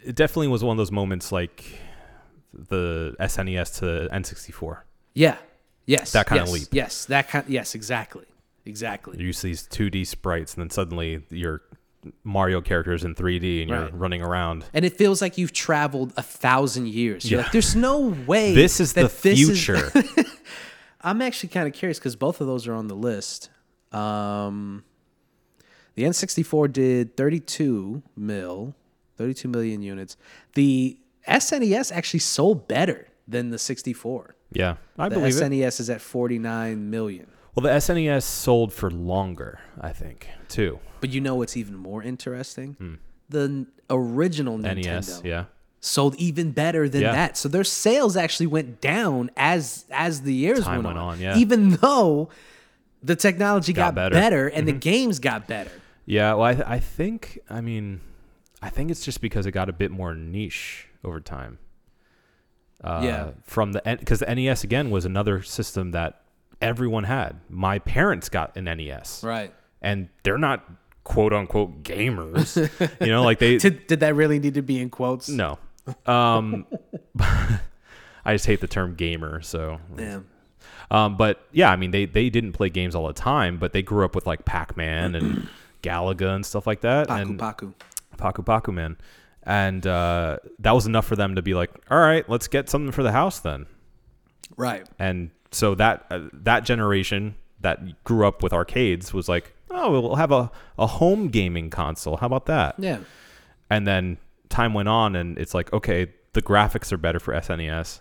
Speaker 2: it definitely was one of those moments like the SNES to N64.
Speaker 1: Yeah. Yes.
Speaker 2: That kinda
Speaker 1: yes,
Speaker 2: leap.
Speaker 1: Yes, that kind yes, exactly. Exactly.
Speaker 2: You're used to these 2D sprites, and then suddenly your Mario characters in 3D, and you're
Speaker 1: Right.
Speaker 2: running around.
Speaker 1: and it feels like you've traveled a thousand years. You're
Speaker 2: Yeah.
Speaker 1: like, there's no way
Speaker 2: This is the
Speaker 1: that this is-
Speaker 2: future.
Speaker 1: I'm actually kind of curious because both of those are on the list. Um, the N64 did 32 mil, 32 million units. The SNES actually sold better than the 64.
Speaker 2: yeah, I
Speaker 1: The E
Speaker 2: believe it.
Speaker 1: SNES is at 49 million.
Speaker 2: Well, the SNES sold for longer, I think, too.
Speaker 1: But you know what's even more interesting?
Speaker 2: Hmm.
Speaker 1: The n- original Nintendo
Speaker 2: NES, E yeah.
Speaker 1: sold even better than
Speaker 2: Yeah.
Speaker 1: that. So their sales actually went down as as the years
Speaker 2: Time
Speaker 1: went,
Speaker 2: went
Speaker 1: on.
Speaker 2: on, yeah.
Speaker 1: Even though the technology got,
Speaker 2: Got
Speaker 1: better.
Speaker 2: better. Mm-hmm.
Speaker 1: and the games got better.
Speaker 2: Yeah, well, I, th- I think, I mean, I think it's just because it got a bit more niche over time. Uh,
Speaker 1: Yeah.
Speaker 2: From the, because the NES, again, was another system that everyone had. My parents got an NES.
Speaker 1: Right.
Speaker 2: And they're not quote unquote gamers. you know, like they,
Speaker 1: Did, did that really need to be in quotes?
Speaker 2: no. Um, I just hate the term gamer, so
Speaker 1: Damn.
Speaker 2: Um, but yeah, I mean, they they didn't play games all the time, but they grew up with like Pac Man and Galaga and stuff like that,
Speaker 1: Paku
Speaker 2: and
Speaker 1: Paku.
Speaker 2: Paku Paku Man, and uh, that was enough for them to be like, all right, let's get something for the house then.
Speaker 1: Right.
Speaker 2: And so that uh, that generation that grew up with arcades was like, oh, we'll have a a home gaming console. How about that?
Speaker 1: Yeah.
Speaker 2: And then time went on, and it's like, okay, the graphics are better for SNES.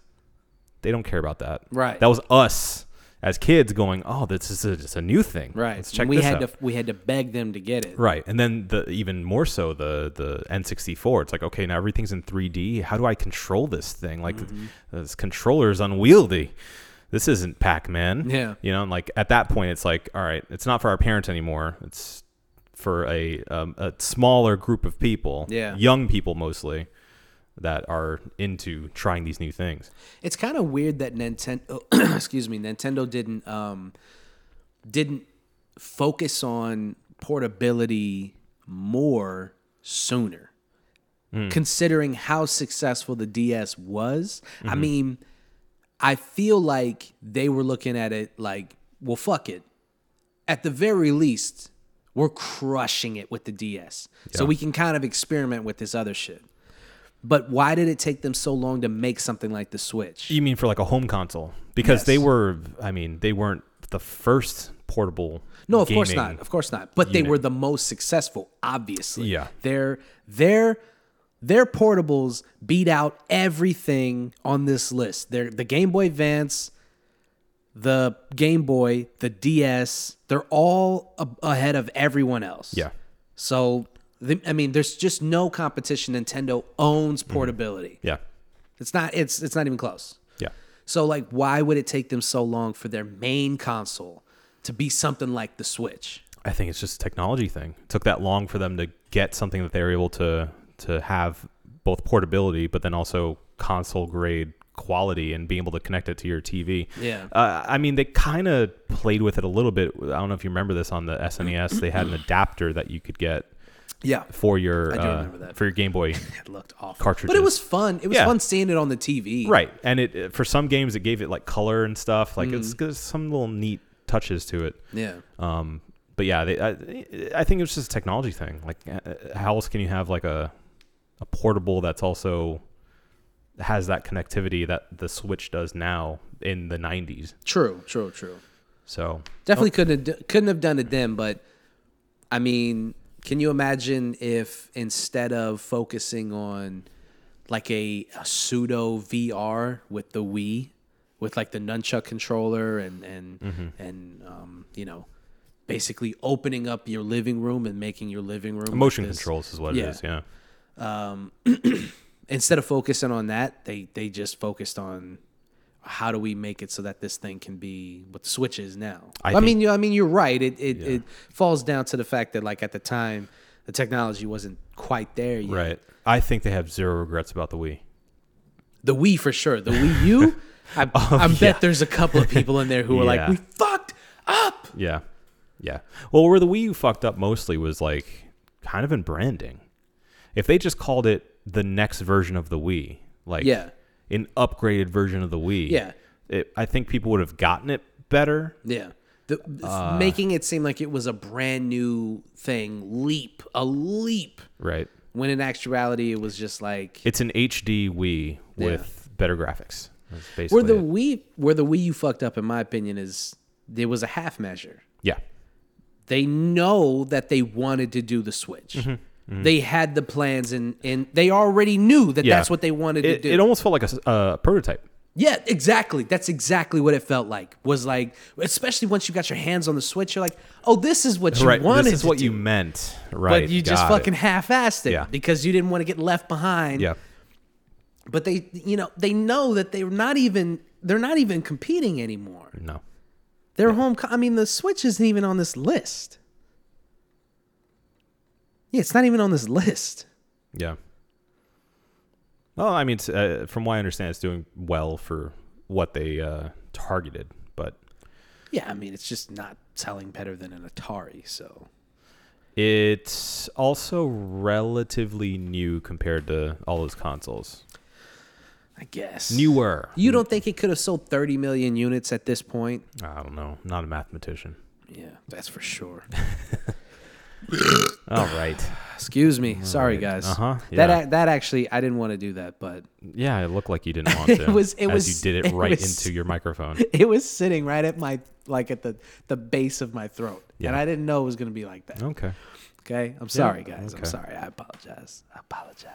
Speaker 2: They don't care about that.
Speaker 1: Right.
Speaker 2: That was us as kids going, oh, this is a, just a new thing.
Speaker 1: Right.
Speaker 2: Let's check
Speaker 1: And we
Speaker 2: this
Speaker 1: had
Speaker 2: out.
Speaker 1: to we had to beg them to get it.
Speaker 2: right. And then the even more so the the N64. It's like, okay, now everything's in 3D. How do I control this thing? Like
Speaker 1: Mm-hmm.
Speaker 2: this controller is unwieldy. This isn't Pac-Man.
Speaker 1: Yeah.
Speaker 2: You know, and like at that point, it's like, all right, it's not for our parents anymore. It's for a um, a smaller group of people,
Speaker 1: Yeah.
Speaker 2: young people mostly, that are into trying these new things.
Speaker 1: It's kind of weird that Nintendo, excuse me, Nintendo didn't um, didn't focus on portability more sooner, considering how successful the DS was. I mean, I feel like they were looking at it like, well, fuck it. At the very least, we're crushing it with the DS, so we can kind of experiment with this other shit. But why did it take them so long to make something like the Switch?
Speaker 2: You mean for like a home console? Because they
Speaker 1: Yes.
Speaker 2: were, I mean, they weren't the first portable.
Speaker 1: No, of course
Speaker 2: gaming-
Speaker 1: not. Of course not. But they were the most successful, obviously.
Speaker 2: Yeah.
Speaker 1: Their their their portables beat out everything on this list. They're the Game Boy Advance, the Game Boy, the DS, they're all a- ahead of everyone else.
Speaker 2: Yeah.
Speaker 1: So the, I mean, there's just no competition. Nintendo owns
Speaker 2: Mm-hmm.
Speaker 1: portability.
Speaker 2: Yeah.
Speaker 1: It's not it's it's not even close.
Speaker 2: Yeah.
Speaker 1: So like why would it take them so long for their main console to be something like the Switch?
Speaker 2: I think it's just a technology thing. It took that long for them to get something that they were able to to have both portability, but then also console grade quality and being able to connect it to your TV.
Speaker 1: Yeah.
Speaker 2: Uh, I mean, they kind of played with it a little bit. I don't know if you remember this on the SNES. they had an adapter that you could get
Speaker 1: Yeah.
Speaker 2: for your
Speaker 1: do
Speaker 2: uh,
Speaker 1: remember that.
Speaker 2: for your Game Boy
Speaker 1: It looked awful.
Speaker 2: cartridges.
Speaker 1: But it was fun. It was
Speaker 2: Yeah.
Speaker 1: fun seeing it on the TV.
Speaker 2: Right, and it- it for some games it gave it like color and stuff. Like it's
Speaker 1: Mm.
Speaker 2: there's some little neat touches to it.
Speaker 1: Yeah.
Speaker 2: Um, but yeah, they, I, I think it's just a technology thing. Like, uh, how else can you have like a a portable that's also has that connectivity that the Switch does now in the '90s?
Speaker 1: True, true, true.
Speaker 2: So
Speaker 1: Definitely couldn't have, d- couldn't have done it then, but I mean, can you imagine if instead of focusing on like a, a pseudo VR with the Wii, with like the nunchuck controller and and
Speaker 2: Mm-hmm.
Speaker 1: and um, you know, basically opening up your living room and making your living room like
Speaker 2: motion
Speaker 1: this-
Speaker 2: controls is what
Speaker 1: yeah.
Speaker 2: it is. Yeah,
Speaker 1: instead of focusing on that, they they just focused on how do we make it so that this thing can be what the Switch is now?
Speaker 2: I
Speaker 1: I,
Speaker 2: think-
Speaker 1: mean, you, I mean, you're right. It it, it falls down to the fact that like at the time, the technology wasn't quite there yet.
Speaker 2: Right. I think they have zero regrets about the Wii.
Speaker 1: The Wii for sure. The Wii U. I, I bet
Speaker 2: Oh, yeah.
Speaker 1: there's a couple of people in there who are like,
Speaker 2: Yeah.
Speaker 1: we fucked up.
Speaker 2: Yeah. Yeah. Well, where the Wii U fucked up mostly was like kind of in branding. If they just called it the next version of the Wii, like
Speaker 1: Yeah.
Speaker 2: an upgraded version of the Wii,
Speaker 1: Yeah.
Speaker 2: it, I think people would have gotten it better.
Speaker 1: Yeah. The,
Speaker 2: Uh.
Speaker 1: making it seem like it was a brand new thing, leap, a leap,
Speaker 2: Right.
Speaker 1: when in actuality it was just like
Speaker 2: It's an HD Wii with better graphics. That's basically
Speaker 1: where the
Speaker 2: it.
Speaker 1: Wii where the Wii U fucked up in my opinion is there was a half measure.
Speaker 2: yeah.
Speaker 1: They know that they wanted to do the Switch.
Speaker 2: Mm-hmm.
Speaker 1: They had the plans and and they already knew that
Speaker 2: Yeah.
Speaker 1: that's what they wanted
Speaker 2: It,
Speaker 1: to
Speaker 2: it
Speaker 1: do.
Speaker 2: almost felt like a s- a prototype.
Speaker 1: yeah, exactly. That's exactly what it felt like. Was like especially once you got your hands on the Switch, you're like, "Oh, this is what you
Speaker 2: right.
Speaker 1: wanted
Speaker 2: This is
Speaker 1: to
Speaker 2: what
Speaker 1: do.
Speaker 2: you meant. Right.
Speaker 1: But you just
Speaker 2: got it.
Speaker 1: fucking half-assed it
Speaker 2: Yeah.
Speaker 1: because you didn't want to get left behind.
Speaker 2: Yeah.
Speaker 1: But they, you know, they know that they're not even they're not even competing anymore.
Speaker 2: No.
Speaker 1: Their home. co- I mean, the Switch isn't even on this list. Yeah, it's not even on this list.
Speaker 2: Yeah. Well, I mean, it's, uh, from what I understand, it's doing well for what they uh, targeted. But
Speaker 1: Yeah, I mean, it's just not selling better than an Atari. So
Speaker 2: it's also relatively new compared to all those consoles.
Speaker 1: I guess
Speaker 2: Newer.
Speaker 1: You don't think it could have sold 30 million units at this point?
Speaker 2: I don't know. Not a mathematician.
Speaker 1: Yeah, that's for sure.
Speaker 2: All right.
Speaker 1: Excuse me. Sorry, guys.
Speaker 2: Uh-huh, yeah.
Speaker 1: That ac- that actually, I didn't want to do that, but
Speaker 2: Yeah, it looked like you didn't want to.
Speaker 1: It was- it
Speaker 2: as
Speaker 1: was-
Speaker 2: you did it
Speaker 1: it
Speaker 2: right
Speaker 1: was-
Speaker 2: into your microphone.
Speaker 1: it was sitting right at my like at the the base of my throat,
Speaker 2: Yeah.
Speaker 1: and I didn't know it was gonna be like that.
Speaker 2: Okay.
Speaker 1: Okay. I'm sorry, guys.
Speaker 2: okay.
Speaker 1: I'm sorry. I apologize. I apologize.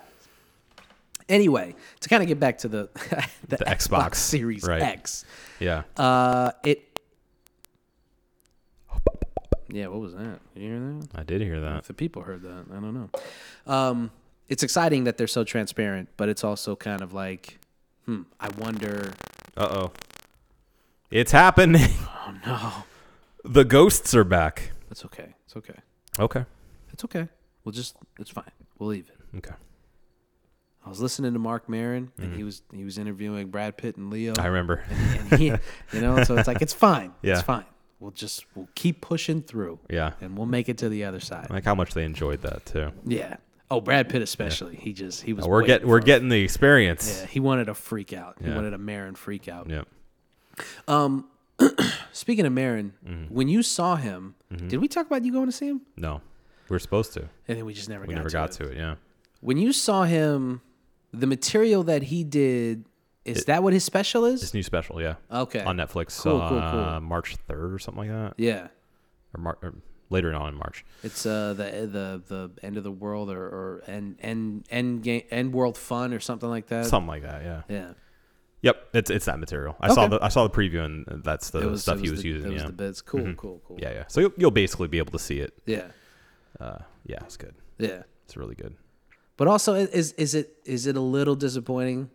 Speaker 1: Anyway, to kind of get back to the the, Xbox,
Speaker 2: Xbox,
Speaker 1: Series
Speaker 2: right.
Speaker 1: X,
Speaker 2: Yeah.
Speaker 1: uh, it. Yeah, what was that? You hear that?
Speaker 2: I did hear that.
Speaker 1: If the people heard that, I don't know. Um, it's exciting that they're so transparent, but it's also kind of like, hmm, I wonder.
Speaker 2: Uh oh. It's happening.
Speaker 1: Oh no,
Speaker 2: The ghosts are back.
Speaker 1: it's okay. It's okay.
Speaker 2: Okay.
Speaker 1: It's okay. We'll just. It's fine. We'll leave it.
Speaker 2: Okay.
Speaker 1: I was listening to Mark Maron, and he was he was interviewing Brad Pitt and Leo.
Speaker 2: Mm-hmm. I remember.
Speaker 1: and he, you know, so it's like it's fine.
Speaker 2: Yeah.
Speaker 1: It's fine. We'll just we'll keep pushing through.
Speaker 2: Yeah.
Speaker 1: And we'll make it to the other side.
Speaker 2: Like how much they enjoyed that too.
Speaker 1: yeah. Oh, Brad Pitt especially. He just he was.
Speaker 2: we're
Speaker 1: waiting
Speaker 2: getting we're
Speaker 1: for-
Speaker 2: getting the experience.
Speaker 1: Yeah, he wanted a freak out. He
Speaker 2: Yeah.
Speaker 1: wanted a Marin freak out.
Speaker 2: Yeah.
Speaker 1: Um, speaking of Marin,
Speaker 2: Mm-hmm.
Speaker 1: when you saw him, did we talk about you going to see him?
Speaker 2: No, we're supposed to.
Speaker 1: And then we just never
Speaker 2: We
Speaker 1: got
Speaker 2: never
Speaker 1: to
Speaker 2: got
Speaker 1: it.
Speaker 2: to it. Yeah.
Speaker 1: When you saw him, the material that he did is that what his special is?
Speaker 2: This new special. Yeah.
Speaker 1: Okay.
Speaker 2: On Netflix.
Speaker 1: Oh, Cool, cool,
Speaker 2: uh,
Speaker 1: cool.
Speaker 2: March third or something like that,
Speaker 1: Yeah.
Speaker 2: or, Mar- or later on in March.
Speaker 1: It's uh the the the end of the world or or end end end game end world fun or something like that.
Speaker 2: Something like that. Yeah.
Speaker 1: Uh, Yeah,
Speaker 2: Yep. It's it's that material. I saw
Speaker 1: Okay.
Speaker 2: the I saw the preview and that's the
Speaker 1: it was
Speaker 2: stuff
Speaker 1: it
Speaker 2: he was
Speaker 1: the,
Speaker 2: using.
Speaker 1: It was
Speaker 2: yeah. Mm-hmm.
Speaker 1: the bits. Cool, cool, cool.
Speaker 2: yeah. Yeah. So you'll, you'll basically be able to see it.
Speaker 1: yeah,
Speaker 2: Uh, yeah. It's good.
Speaker 1: yeah.
Speaker 2: It's really good.
Speaker 1: But also, i- is is it is it a little disappointing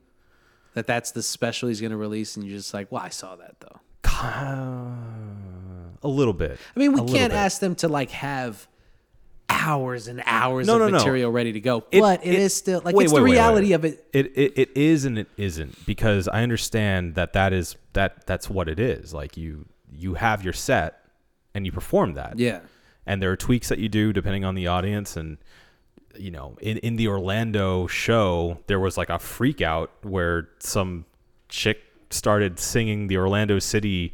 Speaker 1: that that's the special he's going to release, and you're just like, well, I saw that though.
Speaker 2: a little bit.
Speaker 1: I mean, we
Speaker 2: A little
Speaker 1: can't
Speaker 2: bit.
Speaker 1: ask them to like have hours and hours
Speaker 2: No,
Speaker 1: of
Speaker 2: no, no.
Speaker 1: material ready to go, but it is still like
Speaker 2: wait,
Speaker 1: it's
Speaker 2: wait,
Speaker 1: the
Speaker 2: wait, wait.
Speaker 1: reality of it.
Speaker 2: It, it it is and it isn't because I understand that that is that that's what it is. Like you you have your set and you perform that.
Speaker 1: Yeah,
Speaker 2: And there are tweaks that you do depending on the audience and you know, in in the Orlando show, there was like a freak out where some chick started singing the Orlando City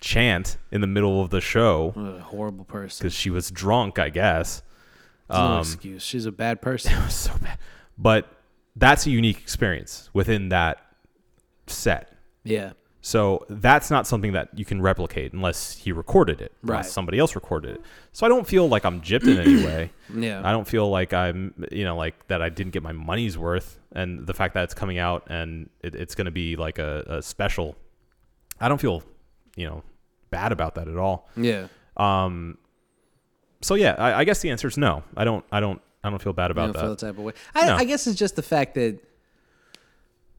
Speaker 2: chant in the middle of the show
Speaker 1: What a horrible person.
Speaker 2: because she was drunk, I guess.
Speaker 1: There's
Speaker 2: Um,
Speaker 1: no excuse. She's a bad person.
Speaker 2: It was so bad. But that's a unique experience within that set.
Speaker 1: Yeah.
Speaker 2: So that's not something that you can replicate unless he recorded it, unless
Speaker 1: Right.
Speaker 2: somebody else recorded it. So I don't feel like I'm gypped in any way.
Speaker 1: Yeah.
Speaker 2: I don't feel like I'm, you know, like that I didn't get my money's worth, and the fact that it's coming out and it, it's going to be like a, a special. I don't feel, you know, bad about that at all.
Speaker 1: Yeah.
Speaker 2: So yeah, I, I guess the answer is no. I don't. I don't. I don't feel bad
Speaker 1: I
Speaker 2: about
Speaker 1: don't feel
Speaker 2: that.
Speaker 1: the type of way. I,
Speaker 2: No.
Speaker 1: I guess it's just the fact that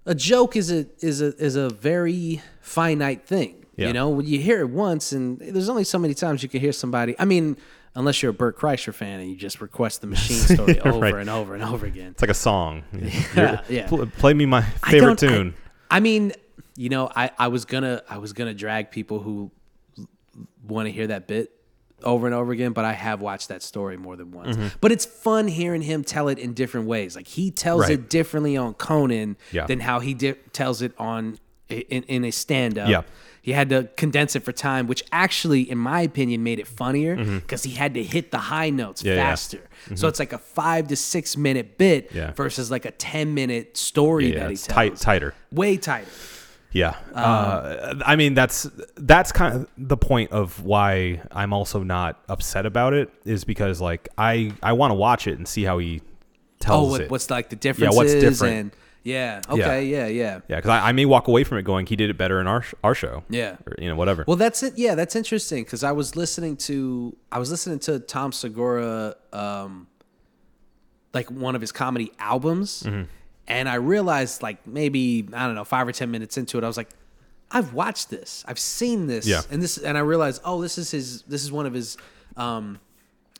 Speaker 1: a joke is a is a is a very finite thing.
Speaker 2: Yeah.
Speaker 1: You know, when you hear it once, and there's only so many times you can hear somebody. I mean, unless you're a Burt Kreischer fan and you just request the machine story over
Speaker 2: Right.
Speaker 1: and over and over again.
Speaker 2: It's like a song.
Speaker 1: Yeah,
Speaker 2: You're-
Speaker 1: yeah.
Speaker 2: pl- play me my
Speaker 1: I
Speaker 2: favorite
Speaker 1: don't- I-
Speaker 2: tune.
Speaker 1: I, mean, you know, I, I was gonna I was gonna drag people who want to hear that bit over and over again, but I have watched that story more than once.
Speaker 2: Mm-hmm.
Speaker 1: But it's fun hearing him tell it in different ways. Like he tells
Speaker 2: Right.
Speaker 1: it differently on Conan
Speaker 2: Yeah.
Speaker 1: than how he di- tells it on in, in a stand up.
Speaker 2: Yeah.
Speaker 1: He had to condense it for time, which actually, in my opinion, made it funnier because he had to hit the high notes
Speaker 2: Mm-hmm. Yeah, yeah.
Speaker 1: faster. So it's like a five to six minute bit
Speaker 2: Yeah.
Speaker 1: versus like a ten minute story
Speaker 2: yeah,
Speaker 1: that Um, he
Speaker 2: it's
Speaker 1: tells.
Speaker 2: tight, tighter.
Speaker 1: Way tighter.
Speaker 2: Yeah. Uh, I mean, that's that's kind of the point of why I'm also not upset about it is because like I I want to watch it and see how he tells
Speaker 1: Oh, what,
Speaker 2: it.
Speaker 1: what's like the
Speaker 2: Yeah,
Speaker 1: differences?
Speaker 2: what's different?
Speaker 1: And, yeah. Okay. Yeah. Yeah.
Speaker 2: yeah, because I, I may walk away from it going, he did it better in our sh- our show.
Speaker 1: Yeah.
Speaker 2: Or, you know, whatever.
Speaker 1: Well, that's it. Yeah, that's interesting because I was listening to I was listening to Tom Segura, um, like one of his comedy albums,
Speaker 2: Mm-hmm.
Speaker 1: and I realized like maybe I don't know five or ten minutes into it, I was like, I've watched this, I've seen this,
Speaker 2: Yeah.
Speaker 1: and this, and I realized oh, this is his, this is one of his. Um,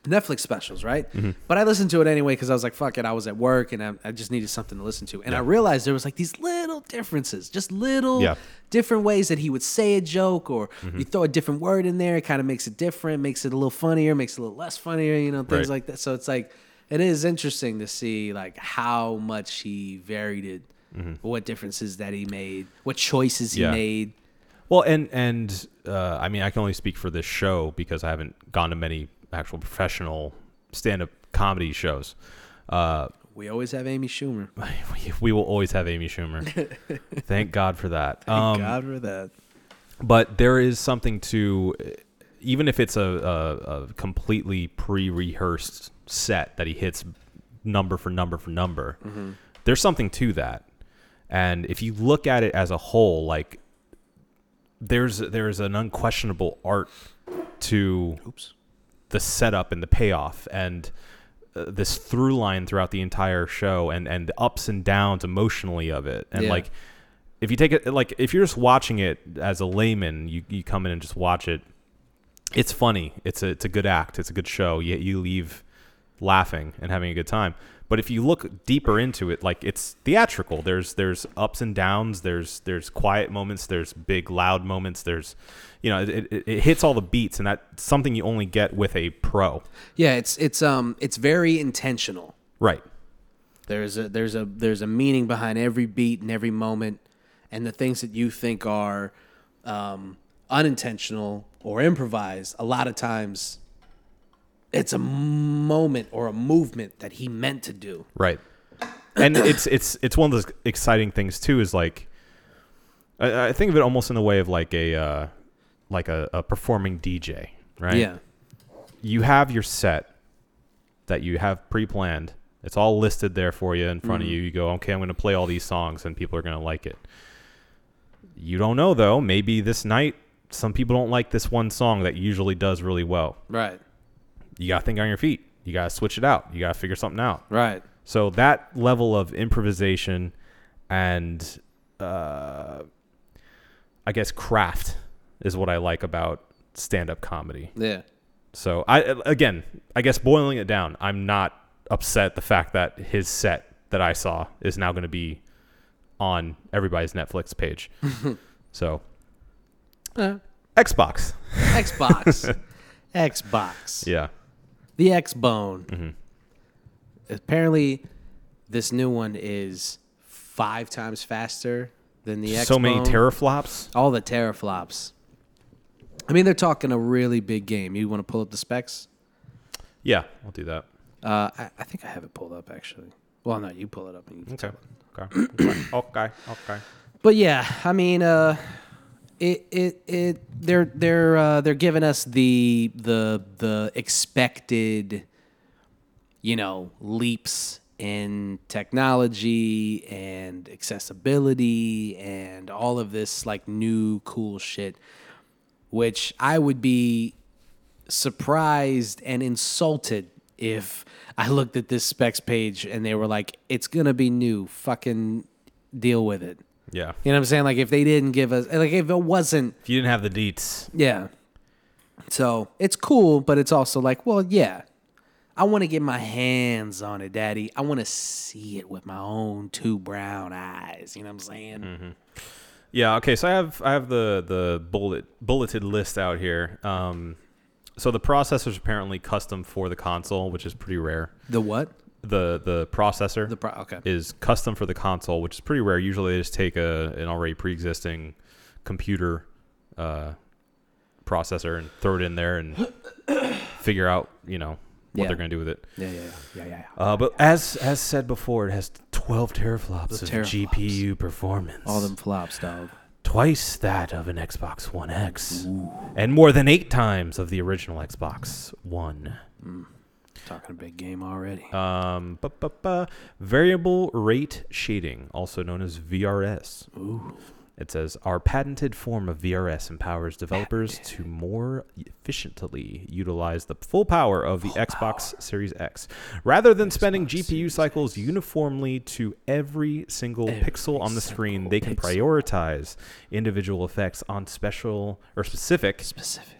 Speaker 1: Netflix specials, right?
Speaker 2: Mm-hmm.
Speaker 1: But I listened to it anyway because I was like, fuck it. I was at work and I, I just needed something to listen to. And I realized there was like these little differences, just little
Speaker 2: Yeah.
Speaker 1: different ways that he would say a joke or
Speaker 2: Mm-hmm.
Speaker 1: you throw a different word in there it kind of makes it different makes it a little funnier makes it a little less funnier you know things
Speaker 2: Right.
Speaker 1: like that so it's like it is interesting to see like how much he varied it what differences that he made what choices he
Speaker 2: Mm-hmm. Yeah.
Speaker 1: made
Speaker 2: Well, and and uh, I mean, I can only speak for this show because I haven't gone to many actual professional stand-up comedy shows. Uh,
Speaker 1: we always have amy schumer
Speaker 2: we, we will always have Amy Schumer. Thank God for that.
Speaker 1: thank
Speaker 2: Um,
Speaker 1: god for that
Speaker 2: But there is something to, even if it's a, a, a completely pre-rehearsed set that he hits number for number for number,
Speaker 1: Mm-hmm.
Speaker 2: there's something to that. And if you look at it as a whole, like there's there's an unquestionable art to
Speaker 1: oops
Speaker 2: the setup and the payoff and uh, this through line throughout the entire show and and the ups and downs emotionally of it and
Speaker 1: Yeah.
Speaker 2: like if you take it like if you're just watching it as a layman you, you come in and just watch it it's funny it's a it's a good act it's a good show yet you leave laughing and having a good time but if you look deeper into it like it's theatrical there's there's ups and downs there's there's quiet moments there's big loud moments there's you know it, it, it hits all the beats and that's something you only get with a pro
Speaker 1: yeah it's it's um it's very intentional
Speaker 2: right
Speaker 1: There's a there's a there's a meaning behind every beat and every moment, and the things that you think are um, unintentional or improvised. A lot of times, it's a moment or a movement that he meant to do.
Speaker 2: Right. And it's it's it's one of those exciting things too. Is like, I, I think of it almost in the way of like a uh, like a, a performing DJ, right?
Speaker 1: Yeah,
Speaker 2: You have your set that you have pre-planned. It's all listed there for you in front of you. You go, okay, I'm going to play all these songs, and people are going to like it. You don't know though. Maybe this night, some people don't like this one song that usually does really well.
Speaker 1: right,
Speaker 2: You got to think on your feet. You got to switch it out. You got to figure something out.
Speaker 1: right.
Speaker 2: So that level of improvisation and uh, I guess craft is what I like about stand-up comedy.
Speaker 1: Yeah,
Speaker 2: So I again, I guess boiling it down, I'm not upset the fact that his set that I saw is now going to be on everybody's Netflix page. so Uh. Xbox.
Speaker 1: Xbox, Xbox,
Speaker 2: Yeah.
Speaker 1: the X Bone.
Speaker 2: Mm-hmm.
Speaker 1: Apparently, this new one is five times faster than the X.
Speaker 2: So many teraflops.
Speaker 1: All the teraflops. I mean, they're talking a really big game. You want to pull up the specs?
Speaker 2: Yeah, I'll do that.
Speaker 1: Uh, I, I think I have it pulled up actually. Well, no, you pull it up. And you can
Speaker 2: Okay. Okay. Okay. Okay. Okay.
Speaker 1: But yeah, I mean, uh, it it it they're they're uh, they're giving us the the the expected, you know, leaps in technology and accessibility and all of this like new cool shit, which I would be surprised and insulted if I looked at this specs page and they were like, "It's gonna be new, fucking deal with it.
Speaker 2: Yeah.
Speaker 1: You know what I'm saying? Like if they didn't give us, like if it wasn't,
Speaker 2: If you didn't have the deets,
Speaker 1: yeah. So it's cool, but it's also like, well, yeah, I want to get my hands on it, Daddy. I want to see it with my own two brown eyes. You know what I'm saying?
Speaker 2: Mm-hmm. Yeah. Okay. So I have I have the the bullet bulleted list out here. Um, so the processor's apparently custom for the console, which is pretty rare.
Speaker 1: The what?
Speaker 2: The the processor
Speaker 1: The pro- okay.
Speaker 2: is custom for the console, which is pretty rare. Usually they just take a an already pre existing computer uh, processor and throw it in there and figure out you know what
Speaker 1: Yeah.
Speaker 2: they're gonna do with it.
Speaker 1: Yeah, yeah, yeah, yeah, yeah. yeah.
Speaker 2: Uh, but as as said before, it has 12 teraflops of
Speaker 1: teraflops.
Speaker 2: GPU performance.
Speaker 1: All them flops, dog.
Speaker 2: twice that of an Xbox One X, and more than eight times of the original Xbox One.
Speaker 1: Talking a big game already.
Speaker 2: Um, bu- bu- bu- variable rate shading, also known as VRS. It says our patented form of VRS empowers developers to more efficiently utilize the full power of the Xbox Series X, rather than spending GPU cycles uniformly to every single pixel on the screen. They can prioritize individual effects on special or specific
Speaker 1: Specific.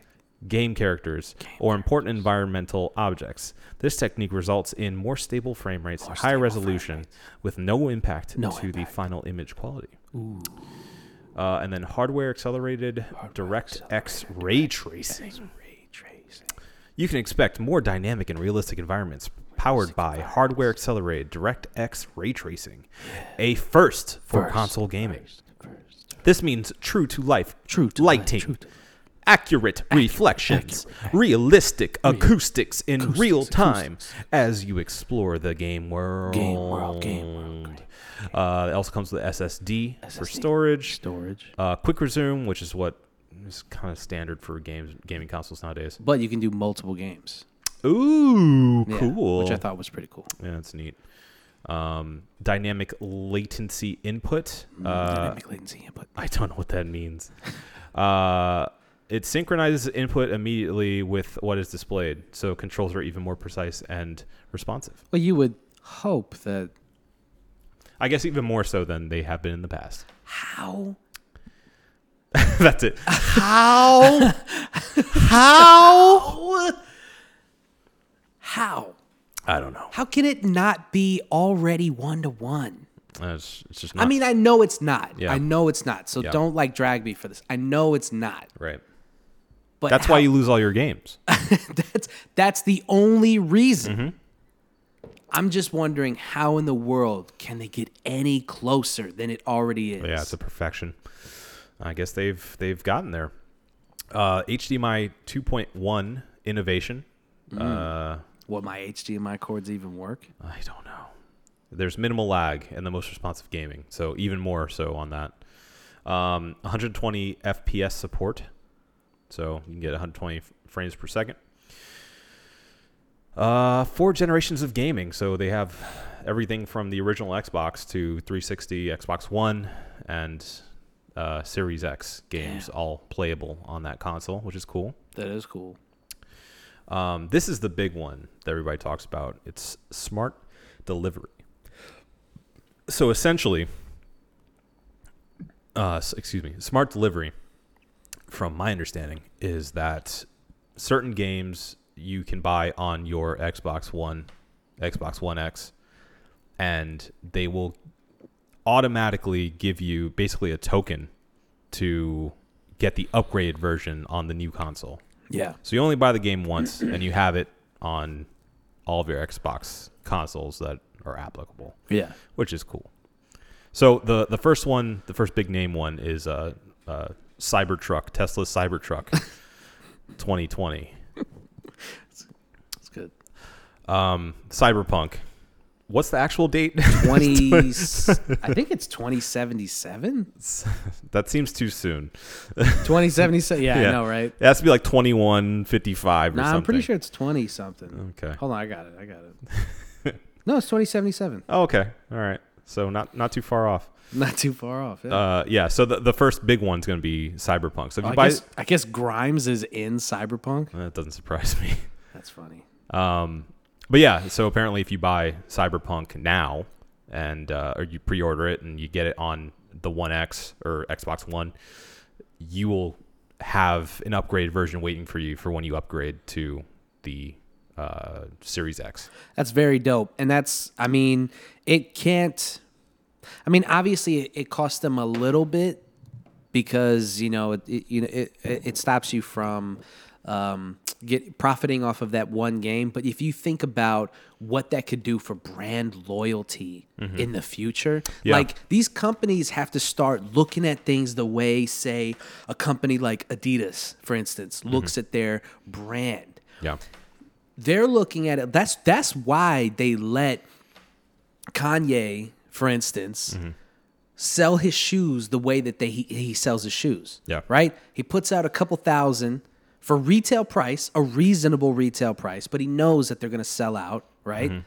Speaker 2: game characters, or important environmental objects. This technique results in more stable frame rates, high resolution, with no impact
Speaker 1: No
Speaker 2: to the final image quality. Uh, and then hardware accelerated direct X ray tracing.
Speaker 1: Ray tracing.
Speaker 2: You can expect more dynamic and realistic environments powered by hardware accelerated direct X ray tracing, a first for console gaming. This means true to life,
Speaker 1: True to life,
Speaker 2: lighting,
Speaker 1: true to-
Speaker 2: accurate reflections, realistic acoustics in real time as you explore the game world.
Speaker 1: Game world, game world, great,
Speaker 2: Uh, it also comes with SSD, for storage,
Speaker 1: Storage.
Speaker 2: uh, quick resume, which is what is kind of standard for games gaming consoles nowadays.
Speaker 1: But you can do multiple games.
Speaker 2: Ooh,
Speaker 1: Yeah,
Speaker 2: cool.
Speaker 1: Which I thought was pretty cool.
Speaker 2: Yeah, that's neat. Um, dynamic latency input. Uh,
Speaker 1: Dynamic latency input.
Speaker 2: I don't know what that means. Uh, it synchronizes input immediately with what is displayed, so controls are even more precise and responsive.
Speaker 1: Well, you would hope that
Speaker 2: I guess even more so than they have been in the past.
Speaker 1: how
Speaker 2: that's it.
Speaker 1: how how how
Speaker 2: I don't know.
Speaker 1: how can it not be already one to one?
Speaker 2: Uh, It's, it's just not
Speaker 1: I mean, I know it's not.
Speaker 2: Yeah.
Speaker 1: I know it's not. So
Speaker 2: Yeah.
Speaker 1: don't like drag me for this. I know it's not.
Speaker 2: right.
Speaker 1: But
Speaker 2: That's why you lose all your games.
Speaker 1: that's that's the only reason.
Speaker 2: Mm-hmm.
Speaker 1: I'm just wondering how in the world can they get any closer than it already is?
Speaker 2: But yeah, it's a perfection. I guess they've they've gotten there. Uh, HDMI 2.1 innovation. Uh,
Speaker 1: Will my HDMI cords even work?
Speaker 2: I don't know. There's minimal lag and the most responsive gaming, so even more so on that. Um, 120 FPS support, so you can get 120 f- frames per second. Uh, four generations of gaming, so they have everything from the original Xbox to 360, Xbox One, and uh, Series X games all playable on that console, which is cool.
Speaker 1: That is cool.
Speaker 2: Um, this is the big one that everybody talks about. It's smart delivery. So essentially, uh, s- excuse me, smart delivery, from my understanding, is that certain games you can buy on your Xbox One, Xbox One X, and they will automatically give you basically a token to get the upgraded version on the new console.
Speaker 1: Yeah.
Speaker 2: So you only buy the game once, and you have it on all of your Xbox consoles that are applicable,
Speaker 1: Yeah.
Speaker 2: which is cool. So the the first one, the first big name one, is uh, uh, Cybertruck, Tesla's Cybertruck, 2020,
Speaker 1: It's good.
Speaker 2: um, Cyberpunk. What's the actual date?
Speaker 1: 20 I think it's 2077.
Speaker 2: that seems too soon.
Speaker 1: 2077. Yeah, I know, right?
Speaker 2: It has to be like 2155 or
Speaker 1: Nah,
Speaker 2: something.
Speaker 1: I'm pretty sure it's 20 something.
Speaker 2: Okay.
Speaker 1: Hold on, I got it. I got it. no, it's 2077.
Speaker 2: Oh, okay. All right. So not not too far off.
Speaker 1: Not too far off. Yeah.
Speaker 2: Uh, yeah. So the, the first big one's going to be Cyberpunk. So if you
Speaker 1: Oh, I,
Speaker 2: buy
Speaker 1: guess, I guess Grimes is in Cyberpunk.
Speaker 2: That doesn't surprise me.
Speaker 1: That's funny.
Speaker 2: Um, but yeah, so apparently, if you buy Cyberpunk now and uh, or you pre-order it and you get it on the One X or Xbox One, you will have an upgraded version waiting for you for when you upgrade to the uh, Series X.
Speaker 1: That's very dope. And that's, I mean, it can't. I mean, obviously, it, it costs them a little bit because you know it, it you know it, it it stops you from um, get profiting off of that one game. But if you think about what that could do for brand loyalty in the future,
Speaker 2: Yeah.
Speaker 1: like these companies have to start looking at things the way, say, a company like Adidas, for instance, looks at their brand
Speaker 2: Yeah.
Speaker 1: they're looking at it. That's that's why they let Kanye, for instance, sell his shoes the way that they he, he sells his shoes.
Speaker 2: Yeah.
Speaker 1: Right? He puts out a couple thousand for retail price, a reasonable retail price, but he knows that they're gonna sell out, right?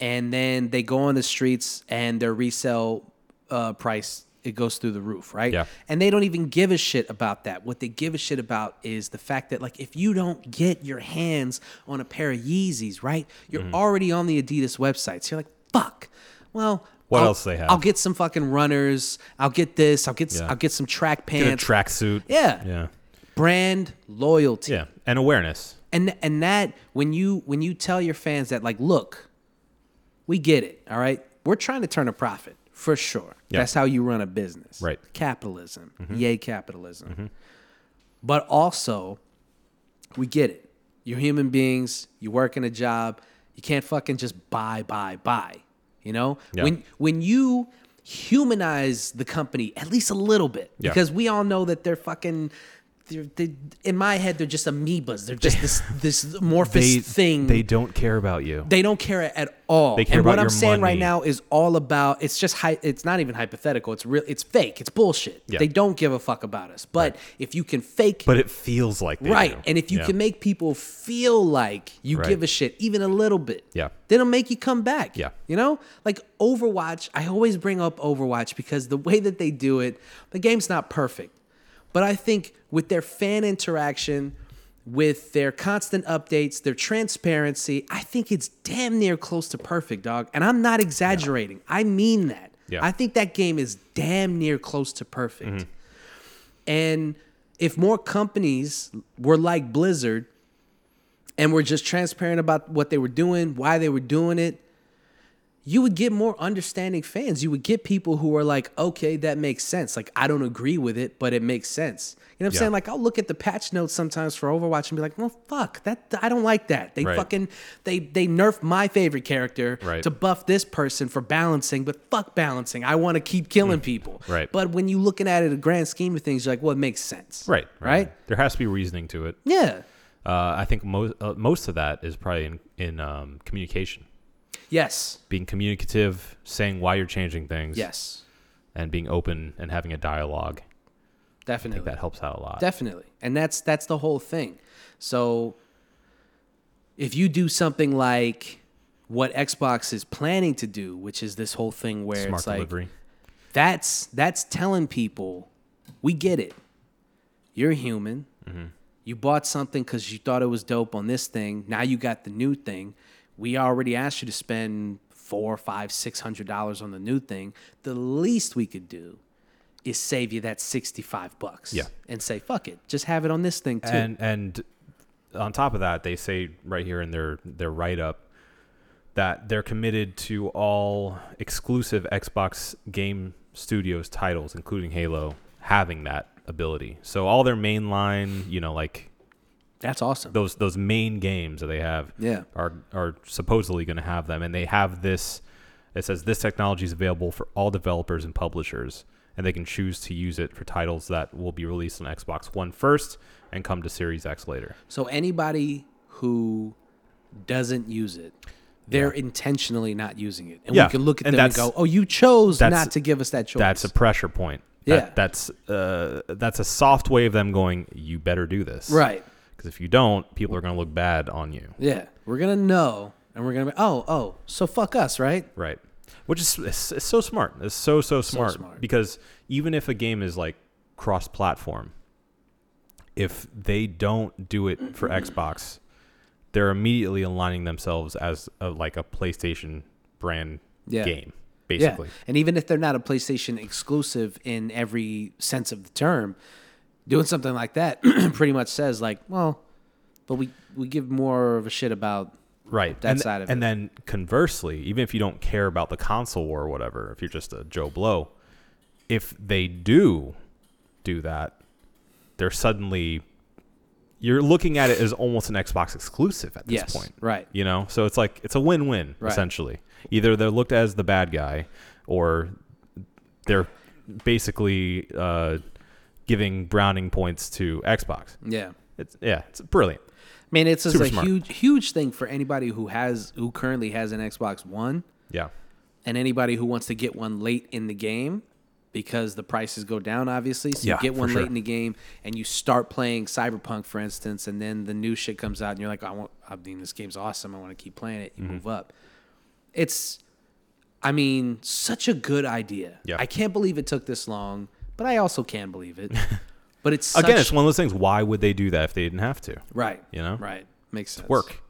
Speaker 1: And then they go on the streets and their resale uh, price it goes through the roof, right?
Speaker 2: Yeah.
Speaker 1: And they don't even give a shit about that. What they give a shit about is the fact that, like, if you don't get your hands on a pair of Yeezys, right, you're
Speaker 2: Mm-hmm.
Speaker 1: already on the Adidas website. So you're like, fuck. Well,
Speaker 2: What
Speaker 1: I'll-
Speaker 2: else they have?
Speaker 1: I'll get some fucking runners. I'll get this. I'll get. s
Speaker 2: Yeah.
Speaker 1: will get some track
Speaker 2: Get a
Speaker 1: pants.
Speaker 2: tracksuit.
Speaker 1: Yeah.
Speaker 2: Yeah.
Speaker 1: Brand loyalty.
Speaker 2: Yeah. And awareness.
Speaker 1: And and that when you when you tell your fans that, like, look, we get it. All right, we're trying to turn a profit for sure.
Speaker 2: Yeah.
Speaker 1: That's how you run a business.
Speaker 2: Right. Mm-hmm.
Speaker 1: Capitalism. Yay, capitalism. But also, we get it. You're human beings. You work in a job. You can't fucking just buy, buy, buy. You know
Speaker 2: Yeah.
Speaker 1: when when you humanize the company at least a little bit
Speaker 2: Yeah.
Speaker 1: because we all know that they're fucking. They're, they, in my head, they're just amoebas. They're just this this amorphous thing.
Speaker 2: They don't care about you.
Speaker 1: They don't care at all.
Speaker 2: They care
Speaker 1: and
Speaker 2: about
Speaker 1: what I'm
Speaker 2: your
Speaker 1: saying right
Speaker 2: money.
Speaker 1: now is all about it's just hy- it's not even hypothetical. It's real it's fake. It's bullshit.
Speaker 2: Yeah.
Speaker 1: They don't give a fuck about us. But if you can fake
Speaker 2: but it feels like they
Speaker 1: right
Speaker 2: do.
Speaker 1: and if you
Speaker 2: Yeah.
Speaker 1: can make people feel like you
Speaker 2: Right.
Speaker 1: give a shit even a little bit.
Speaker 2: Yeah.
Speaker 1: Then it'll make you come back.
Speaker 2: Yeah.
Speaker 1: You know? Like Overwatch, I always bring up Overwatch because the way that they do it, the game's not perfect. But I think with their fan interaction, with their constant updates, their transparency, I think it's damn near close to perfect, dog. And I'm not exaggerating. I mean that.
Speaker 2: Yeah. Mm-hmm.
Speaker 1: I think that game is damn near close to perfect. And if more companies were like Blizzard and were just transparent about what they were doing, why they were doing it, you would get more understanding fans. You would get people who are like, okay, that makes sense. Like, I don't agree with it, but it makes sense. You know what I'm
Speaker 2: Yeah.
Speaker 1: saying? Like, I'll look at the patch notes sometimes for Overwatch and be like, well, fuck, that I don't like that. They
Speaker 2: Right.
Speaker 1: fucking they they nerf my favorite character
Speaker 2: Right.
Speaker 1: to buff this person for balancing, but fuck balancing. I want to keep killing people.
Speaker 2: Mm. Right.
Speaker 1: But when you looking at it in the grand scheme of things, you're like, well, it makes sense.
Speaker 2: right,
Speaker 1: Right?
Speaker 2: There has to be reasoning to it.
Speaker 1: Yeah.
Speaker 2: Uh, I think most uh, most of that is probably in in um, communication,
Speaker 1: Yes.
Speaker 2: being communicative, saying why you're changing things,
Speaker 1: Yes.
Speaker 2: and being open and having a dialogue.
Speaker 1: Definitely.
Speaker 2: That helps out a lot.
Speaker 1: Definitely. And that's that's the whole thing. So if you do something like what Xbox is planning to do, which is this whole thing where
Speaker 2: Smart
Speaker 1: it's like
Speaker 2: delivery.
Speaker 1: that's that's telling people we get it. You're human. You bought something because you thought it was dope on this thing. Now you got the new thing. We already asked you to spend four, five, six hundred dollars on the new thing. The least we could do is save you that sixty-five bucks.
Speaker 2: Yeah.
Speaker 1: And say, fuck it. Just have it on this thing too.
Speaker 2: and and on top of that, they say right here in their their write up that they're committed to all exclusive Xbox game studios titles, including Halo, having that ability. So all their mainline, you know, like
Speaker 1: That's awesome.
Speaker 2: those those main games that they have
Speaker 1: Yeah.
Speaker 2: are are supposedly going to have them and they have this it says this technology is available for all developers and publishers and they can choose to use it for titles that will be released on Xbox One first and come to Series X later.
Speaker 1: So anybody who doesn't use it, they're intentionally not using it. And
Speaker 2: Yeah,
Speaker 1: we can look at
Speaker 2: and
Speaker 1: them and
Speaker 2: that's-
Speaker 1: go, "Oh, you chose
Speaker 2: that's-
Speaker 1: not to give us that choice."
Speaker 2: That's a pressure point. That-
Speaker 1: Yeah.
Speaker 2: that's uh, that's a soft way of them going you better do this.
Speaker 1: right.
Speaker 2: Cuz if you don't, people are going to look bad on you.
Speaker 1: Yeah, we're gonna know, and we're gonna be, "Oh, oh, so fuck us, right?"
Speaker 2: Right. Which is it's, it's so smart. It's so so smart,
Speaker 1: smart.
Speaker 2: because even if a game is like cross-platform, if they don't do it for Xbox, they're immediately aligning themselves as a, like a PlayStation brand
Speaker 1: Yeah.
Speaker 2: game. basically.
Speaker 1: Yeah. And even if they're not a PlayStation exclusive in every sense of the term, doing something like that pretty much says like, well, but we we give more of a shit about
Speaker 2: Right.
Speaker 1: that
Speaker 2: and,
Speaker 1: side of
Speaker 2: And
Speaker 1: it.
Speaker 2: then conversely, even if you don't care about the console war or whatever, if you're just a Joe Blow, if they do do that, they're suddenly you're looking at it as almost an Xbox exclusive at this
Speaker 1: Yes,
Speaker 2: point.
Speaker 1: right.
Speaker 2: You know? So it's like it's a win-win
Speaker 1: Right.
Speaker 2: essentially. Either they're looked at as the bad guy or they're basically uh, giving browning points to Xbox.
Speaker 1: yeah.
Speaker 2: It's yeah, it's brilliant.
Speaker 1: I mean, it's just
Speaker 2: Super
Speaker 1: a
Speaker 2: smart.
Speaker 1: huge huge thing for anybody who has who currently has an Xbox One
Speaker 2: Yeah.
Speaker 1: and anybody who wants to get one late in the game because the prices go down obviously so
Speaker 2: Yeah,
Speaker 1: you get
Speaker 2: for
Speaker 1: one
Speaker 2: sure.
Speaker 1: late in the game and you start playing cyberpunk for instance and then the new shit comes out and you're like i want i mean this game's awesome i want to keep playing it you
Speaker 2: Mm-hmm.
Speaker 1: move up it's i mean such a good idea
Speaker 2: Yeah.
Speaker 1: i can't believe it took this long but i also can believe it but it's such,
Speaker 2: Again, it's one of those things. Why would they do that if they didn't have to?
Speaker 1: right
Speaker 2: you know?
Speaker 1: right makes sense
Speaker 2: Work.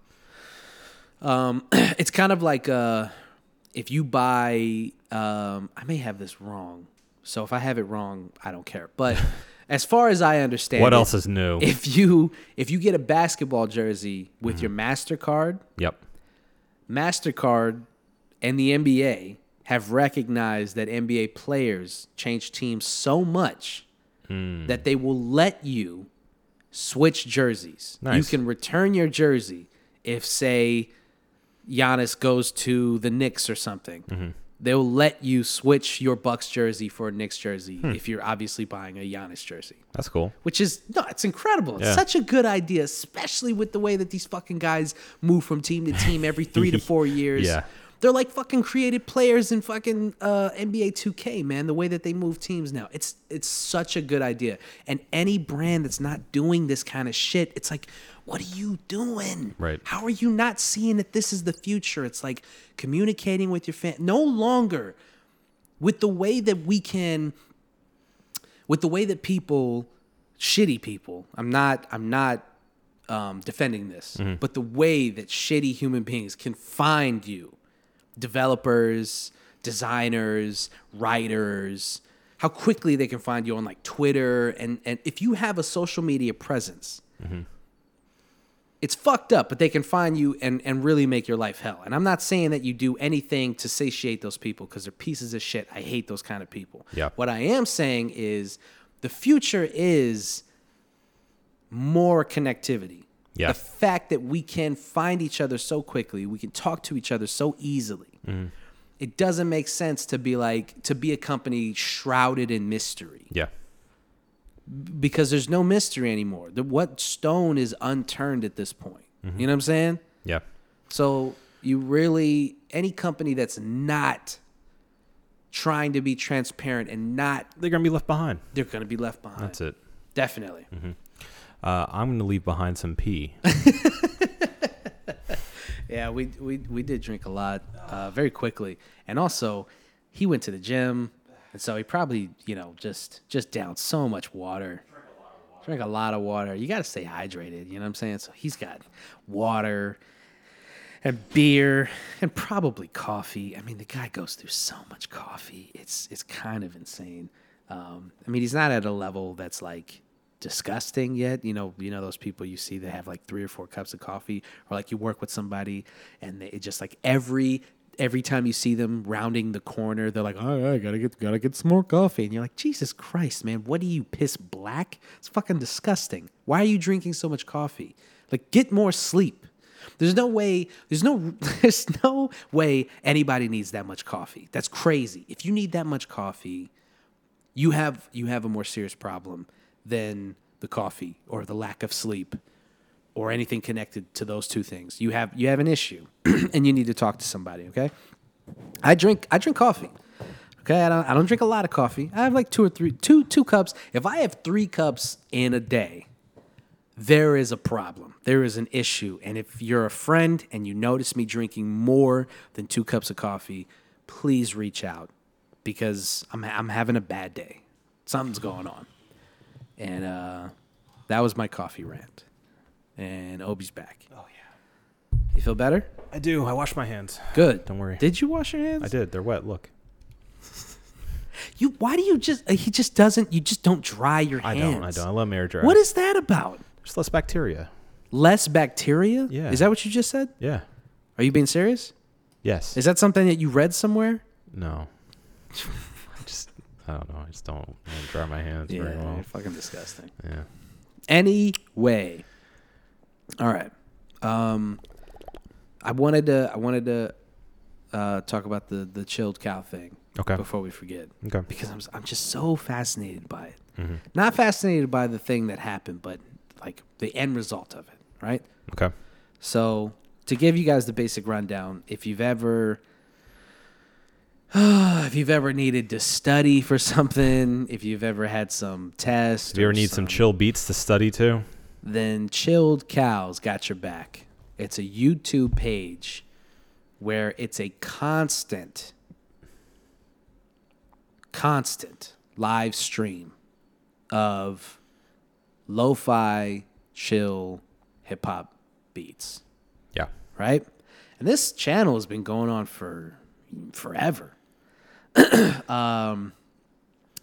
Speaker 1: it's kind of like uh, if you buy um, i may have this wrong so if i have it wrong i don't care but as far as i understand
Speaker 2: What
Speaker 1: it,
Speaker 2: else is new?
Speaker 1: if you if you get a basketball jersey with
Speaker 2: Mm-hmm.
Speaker 1: your mastercard
Speaker 2: yep.
Speaker 1: mastercard and the nba have recognized that nba players change teams so much that they will let you switch jerseys
Speaker 2: Nice.
Speaker 1: you can return your jersey if say Giannis goes to the Knicks or something, they'll let you switch your Bucks jersey for a Knicks jersey if you're obviously buying a Giannis jersey,
Speaker 2: That's cool.
Speaker 1: which is no, it's incredible. It's
Speaker 2: Yeah.
Speaker 1: such a good idea, especially with the way that these fucking guys move from team to team every three to four years.
Speaker 2: Yeah.
Speaker 1: They're like fucking created players in fucking uh, NBA 2K, man. The way that they move teams now, it's it's such a good idea. And any brand that's not doing this kind of shit, it's like, what are you doing?
Speaker 2: Right.
Speaker 1: How are you not seeing that this is the future? It's like communicating with your fan. No longer with the way that we can, with the way that people, shitty people. I'm not. I'm not um, defending this, but the way that shitty human beings can find you, developers, designers, writers, how quickly they can find you on like Twitter and and if you have a social media presence it's fucked up, but they can find you and, and really make your life hell. And I'm not saying that you do anything to satiate those people because they're pieces of shit. I hate those kind of people.
Speaker 2: Yeah.
Speaker 1: What I am saying is the future is more connectivity.
Speaker 2: Yeah.
Speaker 1: The fact that we can find each other so quickly, we can talk to each other so easily.
Speaker 2: Mm-hmm.
Speaker 1: It doesn't make sense to be like to be a company shrouded in mystery
Speaker 2: Yeah.
Speaker 1: because there's no mystery anymore. The, what stone is unturned at this point?
Speaker 2: Mm-hmm.
Speaker 1: You know what I'm saying?
Speaker 2: Yeah.
Speaker 1: So you really any company that's not trying to be transparent and not
Speaker 2: They're gonna be left behind.
Speaker 1: they're going to be left behind.
Speaker 2: That's it.
Speaker 1: Definitely.
Speaker 2: Uh, I'm gonna leave behind some pee.
Speaker 1: Yeah, we we we did drink a lot uh, very quickly, and also he went to the gym, and so he probably you know just just downed so much water. Drink a lot of water. You got to stay hydrated. You know what I'm saying? So he's got water and beer and probably coffee. I mean, the guy goes through so much coffee. It's it's kind of insane. Um, I mean, he's not at a level that's like disgusting yet. You know, you know those people you see that have like three or four cups of coffee, or like you work with somebody and they it just like every every time you see them rounding the corner, they're like, "All right, gotta get gotta get some more coffee," and you're like, "Jesus Christ, man, what do you piss black? It's fucking disgusting. Why are you drinking so much coffee? Like, get more sleep." There's no way. There's no. There's no way anybody needs that much coffee. That's crazy. If you need that much coffee, you have you have a more serious problem than the coffee or the lack of sleep or anything connected to those two things. You have you have an issue, and you need to talk to somebody. Okay, I drink I drink coffee. Okay, I don't I don't drink a lot of coffee. I have like two or three two two cups. If I have three cups in a day, there is a problem. There is an issue. And if you're a friend and you notice me drinking more than two cups of coffee, please reach out because I'm, I'm having a bad day. Something's going on. And uh, that was my coffee rant. And Obi's back.
Speaker 2: oh
Speaker 1: You feel better?
Speaker 2: yeah. I do. I wash my hands.
Speaker 1: Good.
Speaker 2: Don't worry.
Speaker 1: Did you wash your hands?
Speaker 2: I did. They're wet. Look.
Speaker 1: You why do you just uh, he just doesn't you just don't dry your
Speaker 2: I
Speaker 1: hands.
Speaker 2: don't. I don't. I let marriage dry.
Speaker 1: What is that about?
Speaker 2: There's less bacteria.
Speaker 1: Less bacteria?
Speaker 2: Yeah.
Speaker 1: Is that what you just said?
Speaker 2: Yeah.
Speaker 1: Are you being serious?
Speaker 2: Yes.
Speaker 1: Is that something that you read somewhere?
Speaker 2: no. I just. I don't know. I just don't, I don't dry my hands very well.
Speaker 1: you're fucking disgusting.
Speaker 2: Yeah.
Speaker 1: Anyway, all right. Um, I wanted to I wanted to uh, talk about the the chilled cow thing.
Speaker 2: Okay.
Speaker 1: Before we forget,
Speaker 2: Okay.
Speaker 1: because I'm s- I'm just so fascinated by it. Not fascinated by the thing that happened, but like the end result of it, right?
Speaker 2: Okay.
Speaker 1: So, to give you guys the basic rundown, if you've ever if you've ever needed to study for something, if you've ever had some test,
Speaker 2: Do you ever need some chill beats to study to?
Speaker 1: then Chilled Cows got your back. It's a YouTube page where it's a constant constant live stream of lo-fi chill hip hop beats
Speaker 2: Yeah.
Speaker 1: right? And this channel has been going on for forever. um,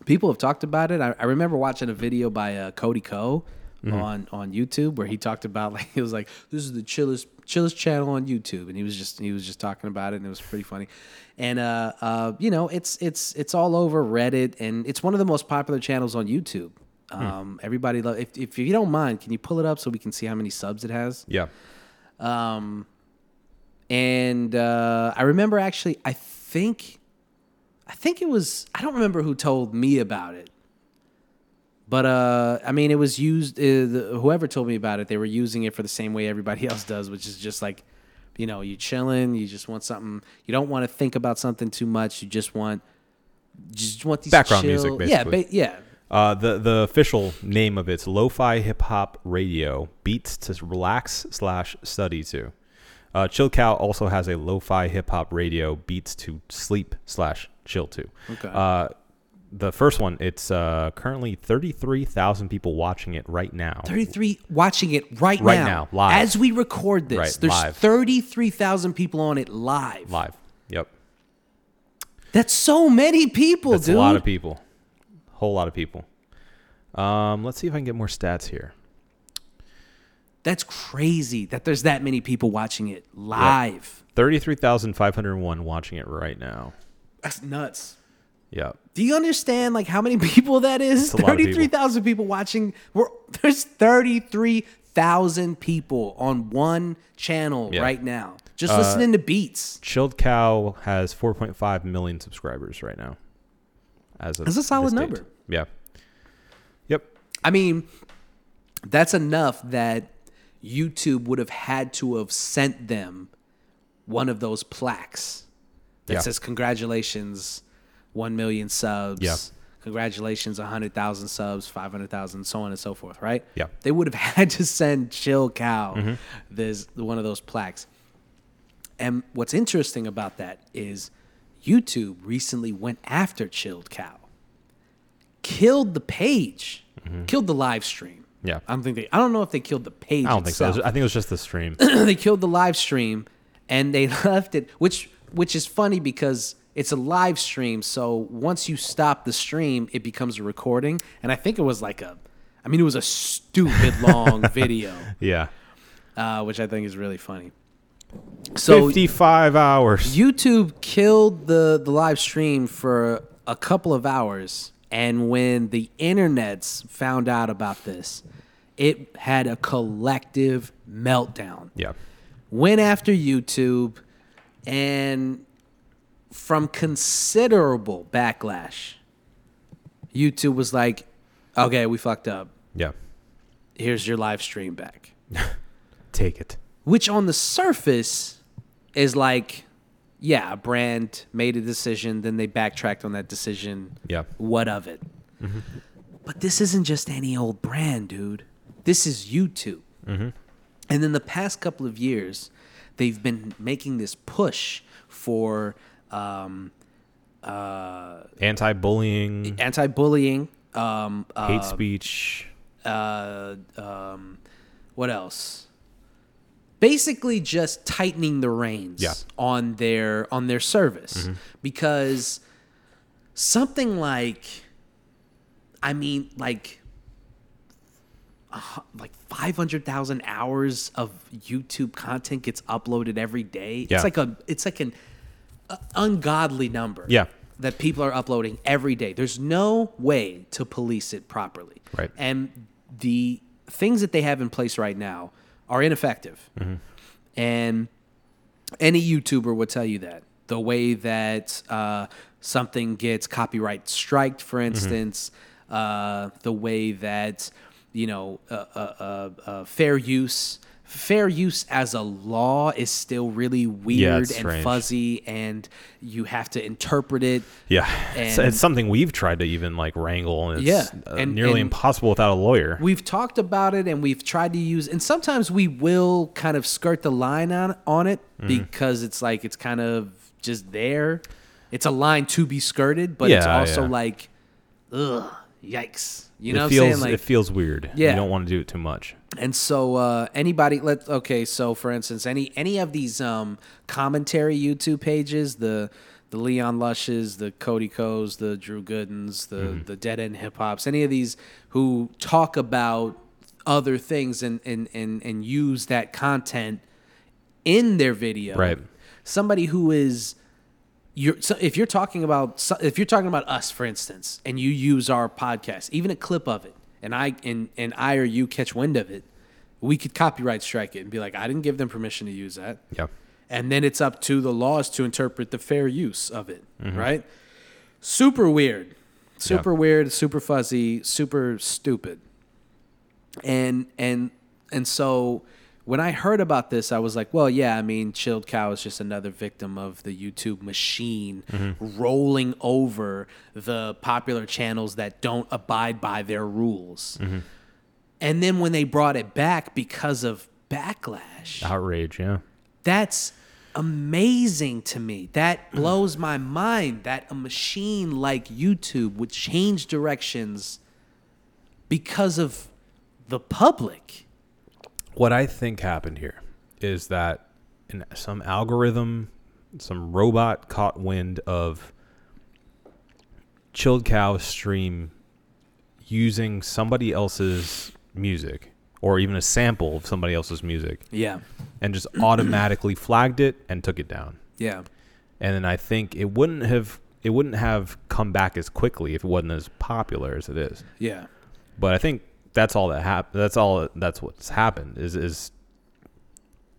Speaker 1: people have talked about it. I, I remember watching a video by uh, Cody Co on on YouTube where he talked about like he was like this is the chillest chillest channel on YouTube, and he was just he was just talking about it, and it was pretty funny. And uh, uh, you know, it's it's it's all over Reddit, and it's one of the most popular channels on YouTube. Um, Everybody, lo- if if you don't mind, can you pull it up so we can see how many subs it has?
Speaker 2: Yeah.
Speaker 1: Um, and uh, I remember actually, I think, I think it was, I don't remember who told me about it, but uh, I mean, it was used. Uh, the, whoever told me about it, they were using it for the same way everybody else does, which is just like, you know, you chilling, you just want something, you don't want to think about something too much, you just want, just want these
Speaker 2: Background music,
Speaker 1: chill-
Speaker 2: basically.
Speaker 1: Yeah, ba- yeah,
Speaker 2: Uh, the the official name of it's Lo-Fi Hip Hop Radio Beats to Relax slash Study to. Uh, chill Cow also has a Lo-Fi Hip Hop Radio Beats to Sleep slash Chill to.
Speaker 1: Okay.
Speaker 2: Uh, the first one, it's uh, currently thirty three thousand people watching it right now.
Speaker 1: 33 watching it right,
Speaker 2: Right now,
Speaker 1: now,
Speaker 2: live.
Speaker 1: as we record this.
Speaker 2: Right,
Speaker 1: there's
Speaker 2: live.
Speaker 1: 33,000 people on it live.
Speaker 2: Live. Yep.
Speaker 1: That's so many people,
Speaker 2: That's
Speaker 1: dude.
Speaker 2: a lot of people. Whole lot of people. Um, let's see if I can get more stats here.
Speaker 1: That's crazy that there's that many people watching it live.
Speaker 2: Thirty-three thousand five hundred one watching it right now.
Speaker 1: That's nuts.
Speaker 2: Yep.
Speaker 1: Do you understand like how many people that is?
Speaker 2: That's a lot of people.
Speaker 1: 33,000 people watching. We're, there's 33,000 people on one channel
Speaker 2: Yeah. Uh,
Speaker 1: right now just listening to beats.
Speaker 2: Chilled Cow has 4.5 million subscribers right now. As of
Speaker 1: That's a solid
Speaker 2: this date.
Speaker 1: number.
Speaker 2: Yeah. Yep.
Speaker 1: I mean, that's enough that YouTube would have had to have sent them one of those plaques that
Speaker 2: Yeah.
Speaker 1: says congratulations, one million subs.
Speaker 2: Yeah.
Speaker 1: Congratulations, 100,000 subs, 500,000, so on and so forth, right?
Speaker 2: Yeah. Mm-hmm.
Speaker 1: They would have had to send Chill Cow this, one of those plaques. And what's interesting about that is YouTube recently went after Chilled Cow, killed the page, killed the live stream.
Speaker 2: Mm-hmm. Yeah.
Speaker 1: I don't think they. I don't know if they killed the page.
Speaker 2: I don't think so.
Speaker 1: itself.
Speaker 2: I think it was just the stream.
Speaker 1: they killed the live stream, and they left it, which which is funny because it's a live stream. So once you stop the stream, it becomes a recording. And I think it was like a, I mean, it was a stupid long video,
Speaker 2: yeah.
Speaker 1: uh, which I think is really funny. So
Speaker 2: 55 hours.
Speaker 1: YouTube killed the, the live stream for a couple of hours. And when the internets found out about this, it had a collective meltdown.
Speaker 2: Yeah.
Speaker 1: Went after YouTube and from considerable backlash, YouTube was like, okay, we fucked up.
Speaker 2: Yeah.
Speaker 1: Here's your live stream back
Speaker 2: Take it.
Speaker 1: which on the surface is like yeah a brand made a decision then they backtracked on that decision
Speaker 2: Yeah.
Speaker 1: what of it but this isn't just any old brand dude this is youtube and in the past couple of years they've been making this push for um, uh,
Speaker 2: Anti-bullying,
Speaker 1: anti-bullying um, uh,
Speaker 2: hate speech.
Speaker 1: uh, um, what else? Basically, just tightening the reins
Speaker 2: Yeah. Mm-hmm.
Speaker 1: on their on their service because something like i mean like a hu- like 500,000 hours of YouTube content gets uploaded every day.
Speaker 2: Yeah.
Speaker 1: It's like a it's like an uh, ungodly number.
Speaker 2: Yeah.
Speaker 1: That people are uploading every day. There's no way to police it properly.
Speaker 2: Right.
Speaker 1: And the things that they have in place right now are ineffective.
Speaker 2: Mm-hmm.
Speaker 1: And any YouTuber will tell you that. The way that uh, something gets copyright striked, for
Speaker 2: Mm-hmm.
Speaker 1: instance, uh, the way that you know uh, uh, uh, uh, fair use, fair use as a law is still really weird and
Speaker 2: it's strange.
Speaker 1: fuzzy, and you have to interpret it.
Speaker 2: Yeah, it's,
Speaker 1: And-
Speaker 2: it's something we've tried to even like wrangle, and it's
Speaker 1: Yeah,
Speaker 2: uh,
Speaker 1: and-
Speaker 2: nearly
Speaker 1: and-
Speaker 2: impossible without a lawyer.
Speaker 1: We've talked about it, and we've tried to use, and sometimes we will kind of skirt the line on on it
Speaker 2: Mm.
Speaker 1: because it's like it's kind of just there. It's a line to be skirted, but it's
Speaker 2: Yeah,
Speaker 1: also
Speaker 2: yeah.
Speaker 1: like, ugh, yikes. You know
Speaker 2: it
Speaker 1: what
Speaker 2: feels
Speaker 1: I'm saying? Like,
Speaker 2: it feels weird.
Speaker 1: Yeah.
Speaker 2: you don't want to do it too much.
Speaker 1: and so uh, anybody let okay so for instance any any of these um, commentary youtube pages the the leon lushes the cody Coes, the drew goodens the the dead end hip hops any of these who talk about other things and and and, and use that content in their video
Speaker 2: Right.
Speaker 1: somebody who is you're, so if you're talking about so- if you're talking about us for instance and you use our podcast even a clip of it and i and, and i or you catch wind of it we could copyright strike it and be like i didn't give them permission to use that
Speaker 2: Yeah,
Speaker 1: and then it's up to the laws to interpret the fair use of it right super weird super weird super fuzzy super stupid and and and so when i heard about this i was like well yeah i mean chilled cow is just another victim of the youtube machine rolling over the popular channels that don't abide by their rules and then when they brought it back because of backlash
Speaker 2: outrage. Yeah,
Speaker 1: that's amazing to me. That blows my mind that a machine like YouTube would change directions because of the public.
Speaker 2: what I think happened here is that in some algorithm, some robot caught wind of Chilled Cow stream using somebody else's music or even a sample of somebody else's music
Speaker 1: Yeah.
Speaker 2: and just automatically flagged it and took it down.
Speaker 1: Yeah.
Speaker 2: And then I think it wouldn't have it wouldn't have come back as quickly if it wasn't as popular as it is.
Speaker 1: Yeah.
Speaker 2: But I think that's all that happened. That's all. That's what's happened. Is is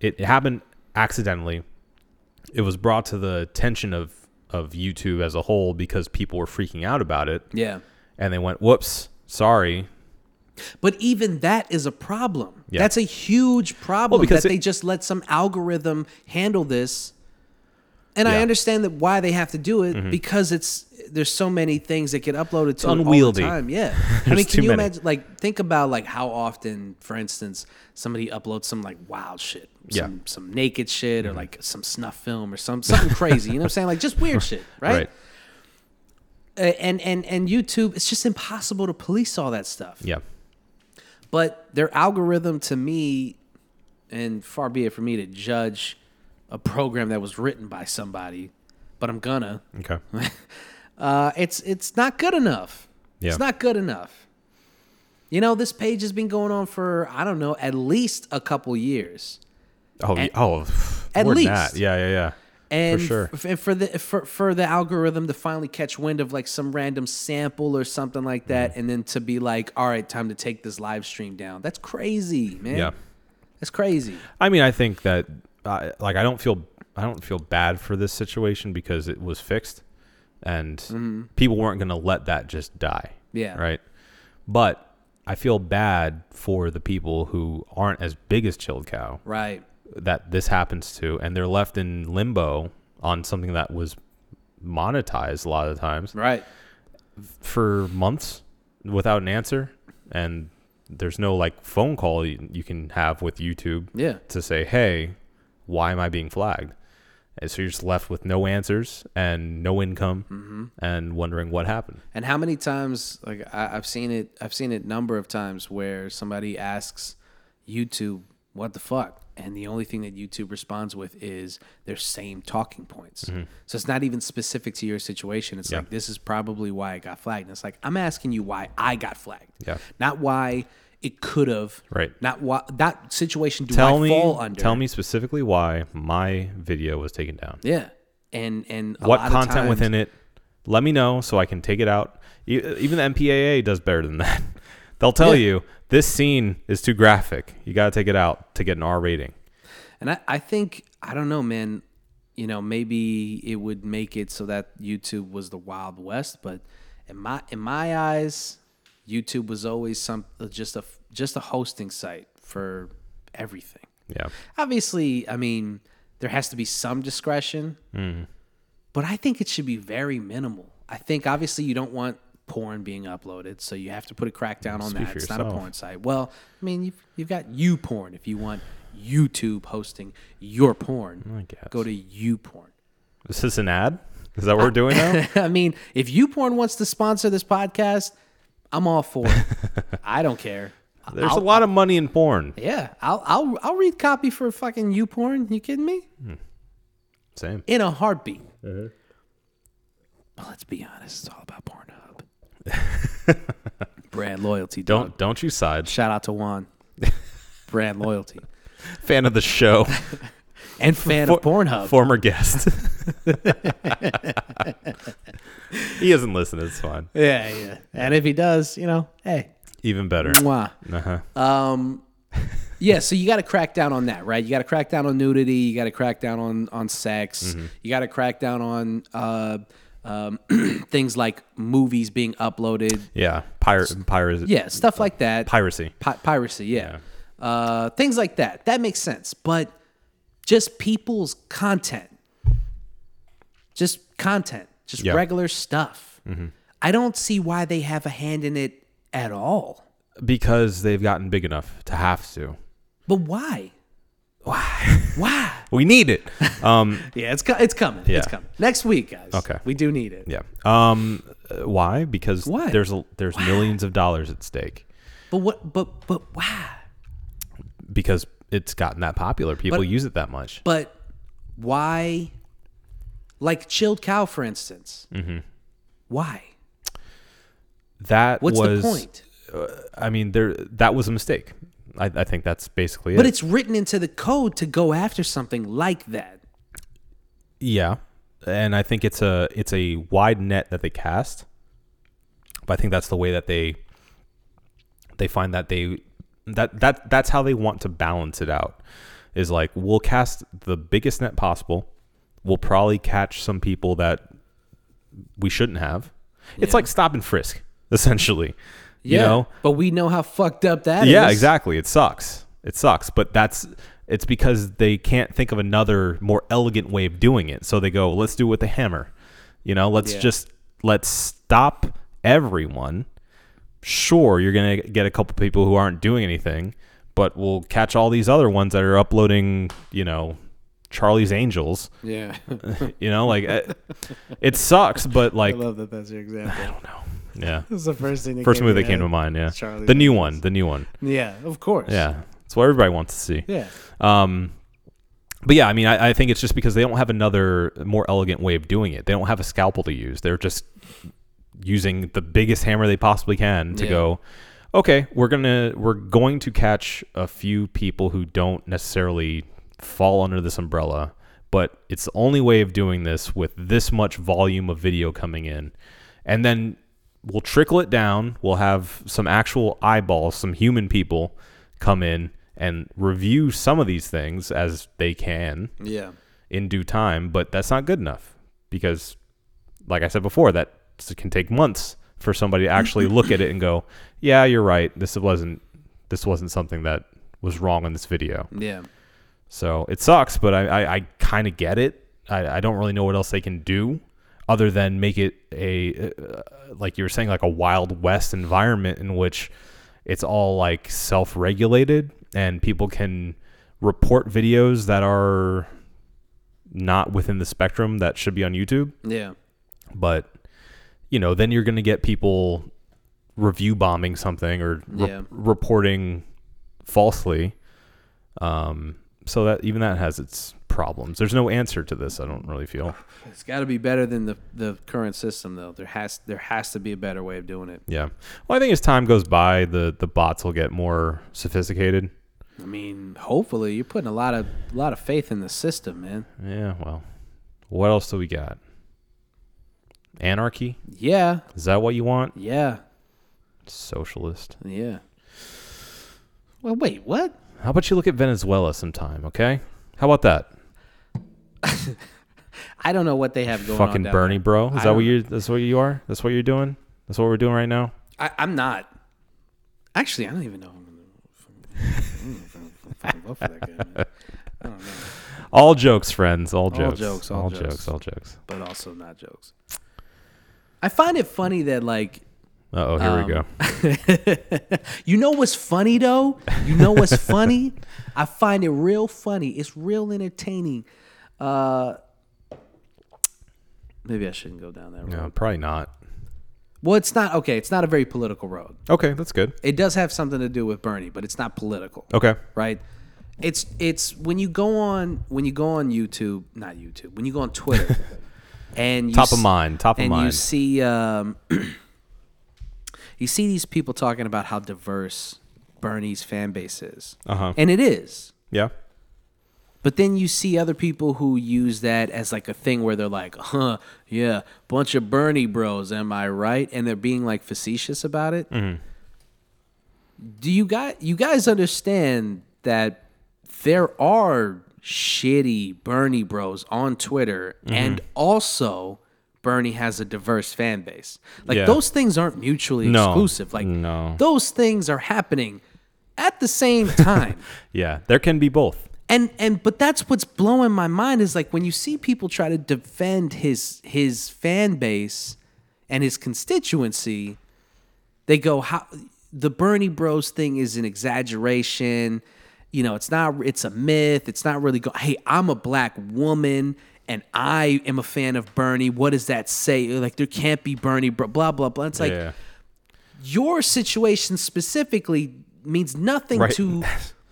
Speaker 2: it, it happened accidentally? It was brought to the attention of of YouTube as a whole because people were freaking out about it,
Speaker 1: Yeah.
Speaker 2: and they went, "Whoops, sorry."
Speaker 1: But even that is a problem.
Speaker 2: Yeah.
Speaker 1: That's a huge problem
Speaker 2: because
Speaker 1: that
Speaker 2: it-
Speaker 1: they just let some algorithm handle this. And I
Speaker 2: Yeah. Mm-hmm.
Speaker 1: understand that why they have to do it because it's there's so many things that get uploaded to it
Speaker 2: unwieldy.
Speaker 1: all the time. Yeah. I
Speaker 2: There's
Speaker 1: mean,
Speaker 2: too
Speaker 1: can you
Speaker 2: many.
Speaker 1: imagine like think about like how often, for instance, somebody uploads some like wild shit. Some
Speaker 2: Yeah. Mm-hmm.
Speaker 1: some naked shit or like some snuff film or some something crazy. You know what I'm saying? Like just weird shit, right? right. And and and YouTube, it's just impossible to police all that stuff
Speaker 2: Yeah.
Speaker 1: but their algorithm to me and far be it for me to judge a program that was written by somebody but i'm gonna
Speaker 2: Okay.
Speaker 1: uh, it's it's not good enough
Speaker 2: Yeah.
Speaker 1: it's not good enough you know this page has been going on for i don't know at least a couple years
Speaker 2: Oh.
Speaker 1: At-
Speaker 2: oh.
Speaker 1: at
Speaker 2: more than that.
Speaker 1: least.
Speaker 2: Yeah. Yeah. Yeah.
Speaker 1: and
Speaker 2: for sure.
Speaker 1: f- and for the for, for the algorithm to finally catch wind of like some random sample or something
Speaker 2: Mm-hmm.
Speaker 1: like that and then to be like all right time to take this live stream down that's crazy man
Speaker 2: Yeah.
Speaker 1: that's crazy
Speaker 2: I mean, I think that uh, like I don't feel I don't feel bad for this situation because it was fixed, and
Speaker 1: Mm-hmm.
Speaker 2: people weren't going to let that just die.
Speaker 1: Yeah.
Speaker 2: Right. But I feel bad for the people who aren't as big as Chilled Cow
Speaker 1: right
Speaker 2: that this happens to, and they're left in limbo on something that was monetized a lot of the times
Speaker 1: right
Speaker 2: for months without an answer, and there's no like phone call you, you can have with YouTube
Speaker 1: Yeah.
Speaker 2: to say, hey, why am I being flagged? And so you're just left with no answers and no income
Speaker 1: Mm-hmm.
Speaker 2: and wondering what happened.
Speaker 1: And how many times, like I, I've seen it, I've seen it number of times where somebody asks YouTube what the fuck? And the only thing that YouTube responds with is their same talking points. So it's not even specific to your situation. It's
Speaker 2: Mm-hmm. Yeah.
Speaker 1: like, this is probably why I got flagged. And it's like, I'm asking you why I got flagged.
Speaker 2: Yeah.
Speaker 1: Not why it could have.
Speaker 2: Right.
Speaker 1: Not what that situation do
Speaker 2: Tell
Speaker 1: I
Speaker 2: me,
Speaker 1: fall under.
Speaker 2: tell me specifically why my video was taken down.
Speaker 1: Yeah. And and a
Speaker 2: what
Speaker 1: lot of
Speaker 2: content
Speaker 1: times-
Speaker 2: within it. Let me know so I can take it out. E- Even the MPAA does better than that. They'll tell
Speaker 1: Yeah.
Speaker 2: you this scene is too graphic. You got to take it out to get an R rating.
Speaker 1: And I, I think I don't know, man. You know, maybe it would make it so that YouTube was the Wild West, but in my in my eyes, YouTube was always some just a just a hosting site for everything.
Speaker 2: Yeah.
Speaker 1: Obviously, I mean, there has to be some discretion,
Speaker 2: Mm.
Speaker 1: but I think it should be very minimal. I think obviously you don't want porn being uploaded, so you have to put a crackdown on
Speaker 2: Speak
Speaker 1: that.
Speaker 2: for
Speaker 1: It's not a
Speaker 2: yourself.
Speaker 1: porn site. Well, I mean, you've, you've got you porn if you want YouTube hosting your porn.
Speaker 2: I guess.
Speaker 1: Go to you porn.
Speaker 2: Is this an ad? Is that what we're doing now?
Speaker 1: I mean, if you porn wants to sponsor this podcast, I'm all for it. I don't care.
Speaker 2: There's
Speaker 1: I'll-
Speaker 2: a lot of money in porn.
Speaker 1: Yeah, I'll I'll I'll read copy for fucking you porn. You kidding me?
Speaker 2: Same.
Speaker 1: in a heartbeat. Well, let's be honest, it's all about Pornhub. Brand loyalty. Dog.
Speaker 2: Don't don't you side.
Speaker 1: shout out to Juan. Brand loyalty
Speaker 2: Fan of the show.
Speaker 1: and fan of
Speaker 2: For-
Speaker 1: Pornhub.
Speaker 2: Former guest. he doesn't listen. It's fine.
Speaker 1: yeah, yeah. And if he does, you know, hey,
Speaker 2: Even better.
Speaker 1: mwah.
Speaker 2: Uh-huh.
Speaker 1: Um, yeah, so you got to crack down on that, right? You got to crack down on nudity. You got to crack down on on sex.
Speaker 2: Mm-hmm.
Speaker 1: You got to crack down on uh, um, things like movies being uploaded.
Speaker 2: Yeah. Pirate. Pirate.
Speaker 1: Yeah, stuff like that.
Speaker 2: Piracy.
Speaker 1: Pi- piracy, yeah. Uh, things like that. That makes sense. But just people's content, just content, just
Speaker 2: Yeah.
Speaker 1: regular stuff. I don't see why they have a hand in it at all.
Speaker 2: Because they've gotten big enough to have to.
Speaker 1: But why? Why?
Speaker 2: We need it. Um,
Speaker 1: Why? Yeah, it's co- it's coming.
Speaker 2: Yeah.
Speaker 1: It's coming next week, guys.
Speaker 2: Okay.
Speaker 1: we do need it.
Speaker 2: yeah. Um, uh, why? Because
Speaker 1: Why?
Speaker 2: there's a, there's millions of dollars at stake
Speaker 1: But what? But but why?
Speaker 2: because it's gotten that popular. People
Speaker 1: But-
Speaker 2: use it that much.
Speaker 1: But why? Like chilled cow, for instance. Mm-hmm. Why?
Speaker 2: That
Speaker 1: What's
Speaker 2: was.
Speaker 1: the point?
Speaker 2: I mean, there that was a mistake. I, I think that's basically it.
Speaker 1: But it's written into the code to go after something like that.
Speaker 2: Yeah, and I think it's a it's a wide net that they cast. But I think that's the way that they they find that they that that that's how they want to balance it out. Is like we'll cast the biggest net possible. We'll probably catch some people that we shouldn't have. It's like stop and frisk, essentially. You know,
Speaker 1: But we know how fucked up that is.
Speaker 2: yeah, exactly. It sucks. It sucks, but that's it's because they can't think of another more elegant way of doing it. So they go, let's do it with a hammer. You know, let's
Speaker 1: Yeah.
Speaker 2: just let's stop everyone. Sure, you're going to get a couple people who aren't doing anything, but we'll catch all these other ones that are uploading, you know, Charlie's Angels,
Speaker 1: Yeah.
Speaker 2: you know, like it, it sucks, but like
Speaker 1: love that that's your example.
Speaker 2: yeah.
Speaker 1: That's the first thing that
Speaker 2: First movie that came to mind, yeah.
Speaker 1: Charlie's
Speaker 2: the new one, the new one.
Speaker 1: Yeah, of course.
Speaker 2: Yeah. It's what everybody wants to see.
Speaker 1: Yeah.
Speaker 2: Um, but yeah, I mean, I, I think it's just because they don't have another more elegant way of doing it. They don't have a scalpel to use. They're just using the biggest hammer they possibly can to
Speaker 1: Yeah.
Speaker 2: go. Okay, we're gonna we're going to catch a few people who don't necessarily fall under this umbrella, but it's the only way of doing this with this much volume of video coming in, and then we'll trickle it down. We'll have some actual eyeballs, some human people come in and review some of these things as they can
Speaker 1: Yeah.
Speaker 2: in due time, but that's not good enough because, like I said before, that s- can take months for somebody to actually look at it and go, "Yeah, you're right. This wasn't this wasn't something that was wrong in this video."
Speaker 1: Yeah.
Speaker 2: So it sucks, but I I, I kind of get it. I, I don't really know what else they can do other than make it a uh, like you were saying like a wild west environment in which it's all like self-regulated and people can report videos that are not within the spectrum that should be on YouTube
Speaker 1: Yeah.
Speaker 2: but you know then you're going to get people review bombing something or re-
Speaker 1: Yeah.
Speaker 2: reporting falsely Um, so that even that has its problems. There's no answer to this. I don't really feel.
Speaker 1: It's got to be better than the, the current system, though. There has there has to be a better way of doing it.
Speaker 2: Yeah. Well, I think as time goes by, the the bots will get more sophisticated.
Speaker 1: I mean, hopefully, you're putting a lot of a lot of faith in the system, man.
Speaker 2: Yeah. Well, what else do we got? Anarchy?
Speaker 1: Yeah,
Speaker 2: Is that what you want?
Speaker 1: yeah,
Speaker 2: Socialist.
Speaker 1: yeah. Well, wait, what?
Speaker 2: How about you look at Venezuela sometime? Okay. How about that?
Speaker 1: I don't know what they have going on.
Speaker 2: Fucking
Speaker 1: down
Speaker 2: Bernie,
Speaker 1: there.
Speaker 2: bro. Is
Speaker 1: I
Speaker 2: that what
Speaker 1: don't-
Speaker 2: you? That's what you are. That's what you're doing. That's what we're doing right now.
Speaker 1: I, I'm not. Actually, I don't even know. if I'm gonna- if I'm gonna fucking vote for that guy, man. I don't know.
Speaker 2: All jokes, friends. All jokes.
Speaker 1: jokes, all jokes.
Speaker 2: All jokes.
Speaker 1: But also not jokes. I find it funny that like
Speaker 2: Uh oh, here we
Speaker 1: Um,
Speaker 2: go.
Speaker 1: you know what's funny though? You know what's funny? I find it real funny. It's real entertaining. Uh maybe I shouldn't go down that road.
Speaker 2: No, probably not.
Speaker 1: Well, it's not okay, it's not a very political road.
Speaker 2: Okay, that's good.
Speaker 1: It does have something to do with Bernie, but it's not political.
Speaker 2: Okay.
Speaker 1: Right? It's it's when you go on when you go on YouTube, not YouTube, when you go on Twitter and you
Speaker 2: Top of
Speaker 1: s-
Speaker 2: mind. Top of
Speaker 1: and you
Speaker 2: mind.
Speaker 1: see um, you see these people talking about how diverse Bernie's fan base is,
Speaker 2: Uh-huh.
Speaker 1: and it is.
Speaker 2: yeah.
Speaker 1: But then you see other people who use that as like a thing where they're like, "Huh, yeah, bunch of Bernie bros, am I right?" And they're being like facetious about it.
Speaker 2: Mm-hmm.
Speaker 1: Do you guys you guys understand that there are shitty Bernie bros on Twitter
Speaker 2: Mm-hmm.
Speaker 1: and also Bernie has a diverse fan base. Like
Speaker 2: Yeah.
Speaker 1: those things aren't mutually
Speaker 2: No.
Speaker 1: exclusive. Like
Speaker 2: No.
Speaker 1: those things are happening at the same time.
Speaker 2: Yeah. There can be both.
Speaker 1: and and but that's what's blowing my mind is like when you see people try to defend his his fan base and his constituency they go how the bernie bros thing is an exaggeration you know it's not it's a myth it's not really go hey i'm a black woman and i am a fan of bernie what does that say like there can't be bernie bro blah blah blah it's like
Speaker 2: yeah.
Speaker 1: your situation specifically means nothing
Speaker 2: Right.
Speaker 1: to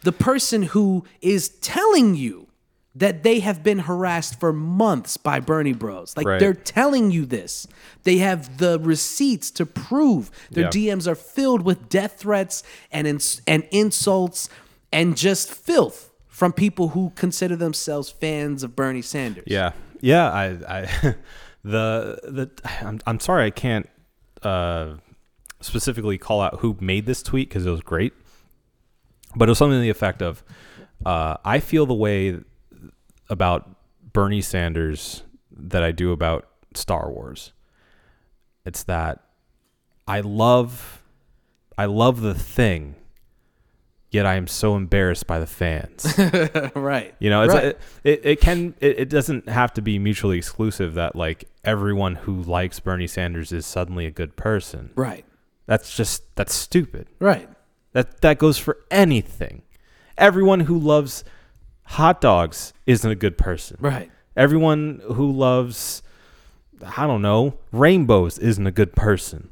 Speaker 1: the person who is telling you that they have been harassed for months by Bernie Bros. Like
Speaker 2: Right.
Speaker 1: they're telling you this. They have the receipts to prove. Their
Speaker 2: Yeah.
Speaker 1: DMs are filled with death threats and ins- and insults and just filth from people who consider themselves fans of Bernie Sanders.
Speaker 2: Yeah, yeah. I, I, the, the. I'm, I'm sorry, I can't uh, specifically call out who made this tweet because it was great, but it was something to the effect of, uh, "I feel the way about Bernie Sanders that I do about Star Wars. It's that I love, I love the thing." Yet I am so embarrassed by the fans.
Speaker 1: right.
Speaker 2: You know, it's
Speaker 1: Right.
Speaker 2: it, it, it can it, it doesn't have to be mutually exclusive that like everyone who likes Bernie Sanders is suddenly a good person.
Speaker 1: right.
Speaker 2: That's just that's stupid.
Speaker 1: Right.
Speaker 2: That that goes for anything. Everyone who loves hot dogs isn't a good person.
Speaker 1: Right.
Speaker 2: Everyone who loves I don't know, rainbows isn't a good person.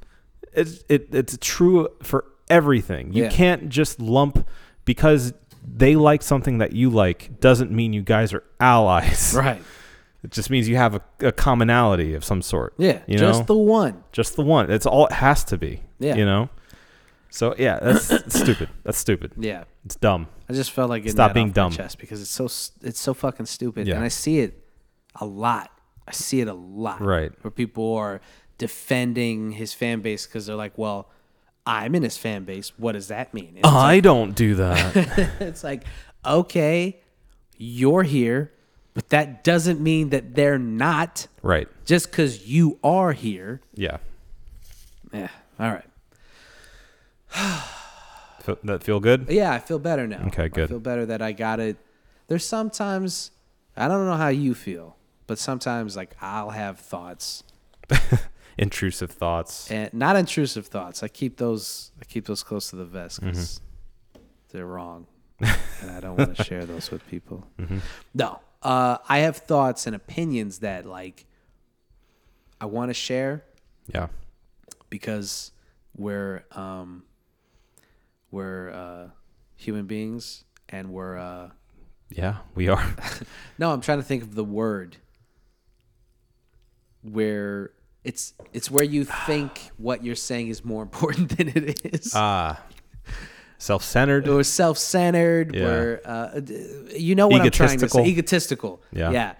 Speaker 2: It's it, it's true for everything. You
Speaker 1: Yeah.
Speaker 2: can't just lump because they like something that you like doesn't mean you guys are allies.
Speaker 1: Right.
Speaker 2: It just means you have a, a commonality of some sort.
Speaker 1: Yeah.
Speaker 2: You
Speaker 1: just
Speaker 2: know?
Speaker 1: the one.
Speaker 2: just the one. It's all it has to be.
Speaker 1: Yeah.
Speaker 2: You know? So yeah, that's stupid. That's stupid.
Speaker 1: Yeah.
Speaker 2: It's dumb.
Speaker 1: I just felt like getting
Speaker 2: Stop
Speaker 1: that
Speaker 2: being
Speaker 1: off
Speaker 2: dumb.
Speaker 1: my chest because it's so s- it's so fucking stupid,
Speaker 2: Yeah.
Speaker 1: and I see it a lot. I see it a lot.
Speaker 2: Right.
Speaker 1: where people are defending his fan base because they're like, "Well, I'm in his fan base. What does that mean?" And it's
Speaker 2: I don't do that.
Speaker 1: like- it's like, okay, you're here, but that doesn't mean that they're not.
Speaker 2: right.
Speaker 1: Just because you are here,
Speaker 2: Yeah.
Speaker 1: yeah. All right.
Speaker 2: F- that feel good?
Speaker 1: Yeah, I feel better now.
Speaker 2: Okay,
Speaker 1: I
Speaker 2: good.
Speaker 1: feel better that I got it. There's sometimes I don't know how you feel, but sometimes like I'll have thoughts
Speaker 2: Intrusive thoughts.
Speaker 1: and not intrusive thoughts. I keep those I keep those close to the vest
Speaker 2: Mm-hmm.
Speaker 1: because they're wrong, and I don't want to share those with people.
Speaker 2: Mm-hmm.
Speaker 1: No, uh, I have thoughts and opinions that like I want to share,
Speaker 2: Yeah.
Speaker 1: because we're um, we're uh, human beings and we're uh
Speaker 2: Yeah, we are.
Speaker 1: no, I'm trying to think of the word where it's it's where you think what you're saying is more important than it is.
Speaker 2: Ah, self-centered.
Speaker 1: we're self-centered.
Speaker 2: Yeah.
Speaker 1: We're uh, d- you know what I'm trying to say.
Speaker 2: Egotistical.
Speaker 1: Egotistical.
Speaker 2: Yeah.
Speaker 1: Yeah.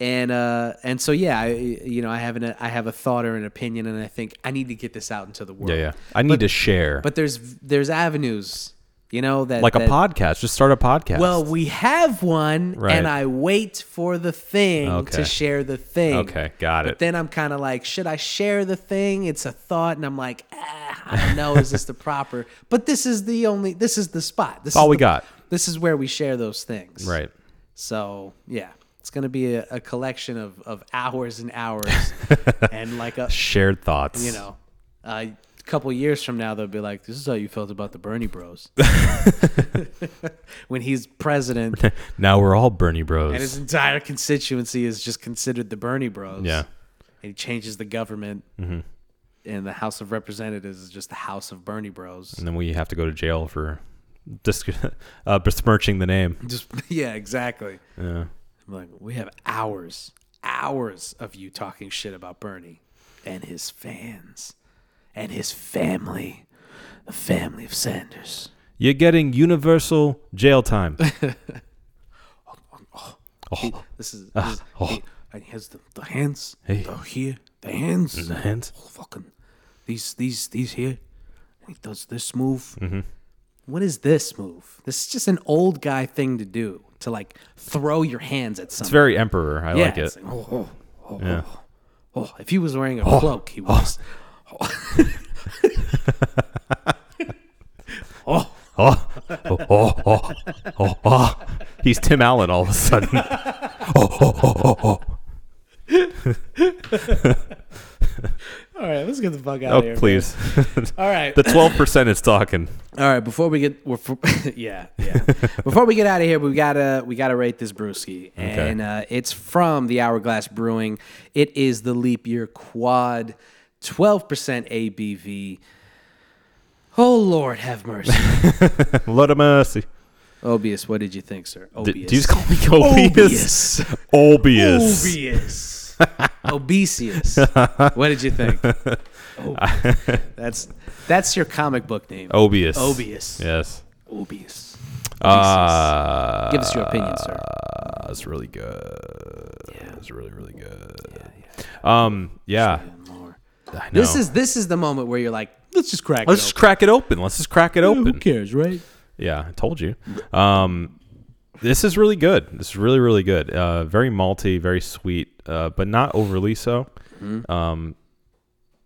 Speaker 1: And uh, and so yeah, I, you know, I have an I have a thought or an opinion, and I think I need to get this out into the world.
Speaker 2: Yeah, yeah. I need to share.
Speaker 1: But there's there's avenues, you know, that
Speaker 2: like a
Speaker 1: that-
Speaker 2: podcast. Just start a podcast.
Speaker 1: Well, we have one,
Speaker 2: Right.
Speaker 1: and I wait for the thing
Speaker 2: Okay.
Speaker 1: to share the thing.
Speaker 2: Okay, got it.
Speaker 1: But then I'm kind of like, should I share the thing? It's a thought, and I'm like, ah, I don't know, is this the proper? But this is the only, this is the spot. This
Speaker 2: all
Speaker 1: is
Speaker 2: we
Speaker 1: the-
Speaker 2: got.
Speaker 1: This is where we share those things.
Speaker 2: Right.
Speaker 1: So yeah, it's gonna be a, a collection of of hours and hours, and like a
Speaker 2: Shared thoughts.
Speaker 1: you know, a couple years from now they'll be like, this is how you felt about the Bernie Bros. when he's president
Speaker 2: Now we're all Bernie
Speaker 1: and his
Speaker 2: Bros.
Speaker 1: entire constituency is just considered the Bernie Bros.
Speaker 2: Yeah. Mm-hmm.
Speaker 1: and he changes the government, and the House of Representatives is just the House of Bernie Bros.
Speaker 2: And then we have to go to jail for dis- uh, besmirching the name.
Speaker 1: Just yeah, exactly.
Speaker 2: Yeah.
Speaker 1: I'm like, we have hours, hours of you talking shit about Bernie and his fans and his family, the family of Sanders.
Speaker 2: You're getting universal jail time. oh,
Speaker 1: This is, this is he, and he has the, the hands,
Speaker 2: Hey. Mm-hmm.
Speaker 1: the here, the hands,
Speaker 2: the hands.
Speaker 1: oh, fucking these these these here. He does this move.
Speaker 2: Mm-hmm.
Speaker 1: What is this move? This is just an old guy thing to do to like throw your hands at
Speaker 2: It's
Speaker 1: something.
Speaker 2: very emperor. I
Speaker 1: yeah,
Speaker 2: like
Speaker 1: it's
Speaker 2: it.
Speaker 1: like, oh, oh, oh,
Speaker 2: Yeah.
Speaker 1: oh, oh. if he was wearing a cloak, he was. Oh,
Speaker 2: Oh, oh, oh, oh, oh, oh. He's Tim Allen all of a sudden. oh, oh, oh, oh, oh.
Speaker 1: all right, let's get the fuck out
Speaker 2: Oh,
Speaker 1: of here.
Speaker 2: please.
Speaker 1: All right.
Speaker 2: the 12% is talking.
Speaker 1: All right, before we get, we're for, yeah, yeah. before we get out of here, we gotta we gotta rate this brewski, and uh, it's from the Hourglass Brewing. It is the Leap Year Quad, twelve percent ABV. Oh Lord, have mercy,
Speaker 2: Lord of mercy.
Speaker 1: Obius. What did you think, sir? Obius.
Speaker 2: D- do you just call me Obius?
Speaker 1: Obius.
Speaker 2: Obius.
Speaker 1: Obius. Obesius. What did you think? Ob- that's that's your comic book name.
Speaker 2: Obius.
Speaker 1: Obius.
Speaker 2: Yes.
Speaker 1: Obius.
Speaker 2: Uh,
Speaker 1: Give us your opinion, sir.
Speaker 2: it's really good.
Speaker 1: Yeah.
Speaker 2: It's really, really good.
Speaker 1: yeah.
Speaker 2: Um, yeah.
Speaker 1: More.
Speaker 2: I know.
Speaker 1: This is this is the moment where you're like, let's just crack
Speaker 2: Let's
Speaker 1: it.
Speaker 2: just crack it open. Let's just crack it
Speaker 1: open.
Speaker 2: open.
Speaker 1: cares, right?
Speaker 2: Yeah, I told you. Um, this is really good. This is really, really good. Uh, very malty, very sweet, uh, but not overly so. Um,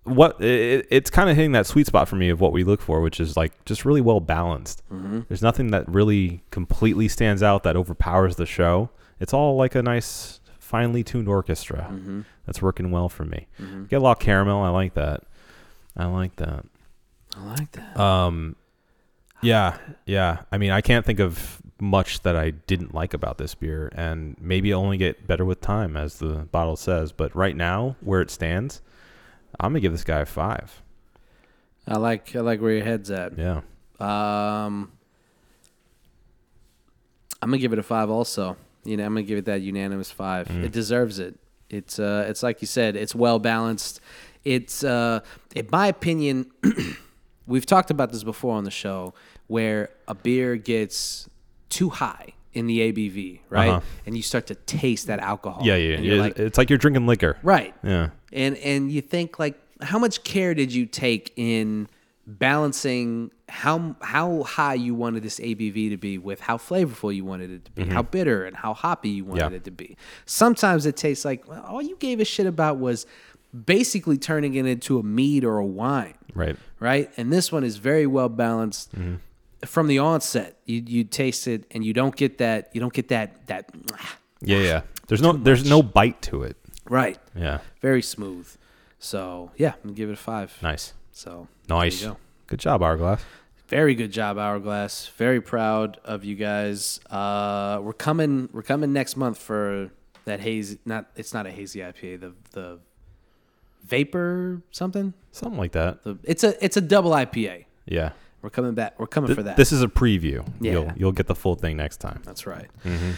Speaker 2: what it, it's kind of hitting that sweet spot for me of what we look for, which is like just really well balanced. There's nothing that really completely stands out that overpowers the show. It's all like a nice, finely tuned orchestra that's working well for me. Get a lot of caramel. I like that. I like that.
Speaker 1: I like that.
Speaker 2: Um, yeah, yeah. I mean, I can't think of much that I didn't like about this beer, and maybe it'll only get better with time, as the bottle says. But right now, where it stands, I'm gonna give this guy a five.
Speaker 1: I like I like where your head's at.
Speaker 2: Yeah,
Speaker 1: Um, I'm gonna give it a five. Also, you know, I'm gonna give it that unanimous five.
Speaker 2: Mm.
Speaker 1: It deserves it. It's uh, it's like you said, it's well balanced. It's uh, in my opinion, we've talked about this before on the show, where a beer gets too high in the ABV, right?
Speaker 2: Uh-huh.
Speaker 1: And you start to taste that alcohol.
Speaker 2: yeah, yeah.
Speaker 1: Oh, And you're
Speaker 2: It-
Speaker 1: like,
Speaker 2: it's like you're drinking liquor.
Speaker 1: right
Speaker 2: Yeah,
Speaker 1: and and you think like how much care did you take in balancing how how high you wanted this ABV to be with how flavorful you wanted it to be, how bitter and how hoppy you wanted
Speaker 2: Mm-hmm. Yeah.
Speaker 1: it to be. Sometimes it tastes like well, all you gave a shit about was basically turning it into a mead or a wine,
Speaker 2: right.
Speaker 1: right? And this one is very well balanced.
Speaker 2: Mm-hmm.
Speaker 1: From the onset, you, you taste it and you don't get that you don't get that that
Speaker 2: Yeah, yeah. There's no, there's no bite to it.
Speaker 1: right,
Speaker 2: Yeah,
Speaker 1: very smooth. So yeah, I'm gonna give it a five.
Speaker 2: nice,
Speaker 1: So there you
Speaker 2: nice.
Speaker 1: go.
Speaker 2: Good job, Hourglass.
Speaker 1: Very good job, Hourglass. Very proud of you guys. Uh, we're coming. We're coming next month for that hazy. Not it's not a hazy IPA. The the vapor something.
Speaker 2: Something like that.
Speaker 1: The, it's a it's a double IPA.
Speaker 2: Yeah.
Speaker 1: We're coming back. We're coming for that.
Speaker 2: This is a preview.
Speaker 1: Yeah. Uh,
Speaker 2: You'll you'll get the full thing next time.
Speaker 1: That's right.
Speaker 2: Mm-hmm.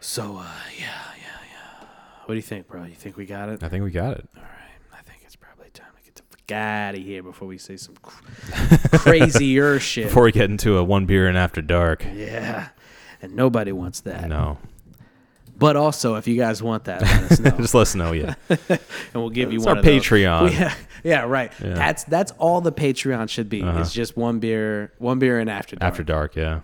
Speaker 1: So uh, yeah, yeah, yeah. What do you think, bro? You think we got it?
Speaker 2: I think we got it.
Speaker 1: All right. I think it's probably time to get the fuck out of here before we say some cr- crazier shit.
Speaker 2: Before we get into a one beer and after dark.
Speaker 1: yeah. And nobody wants that.
Speaker 2: No.
Speaker 1: But also, if you guys want that, let us know.
Speaker 2: Just let us know, yeah.
Speaker 1: and we'll give you
Speaker 2: It's
Speaker 1: one
Speaker 2: our
Speaker 1: of those.
Speaker 2: Patreon.
Speaker 1: Yeah, yeah, right.
Speaker 2: Yeah. Uh-huh.
Speaker 1: That's that's all the Patreon should be. It's just one beer, one beer and after dark.
Speaker 2: after dark, yeah.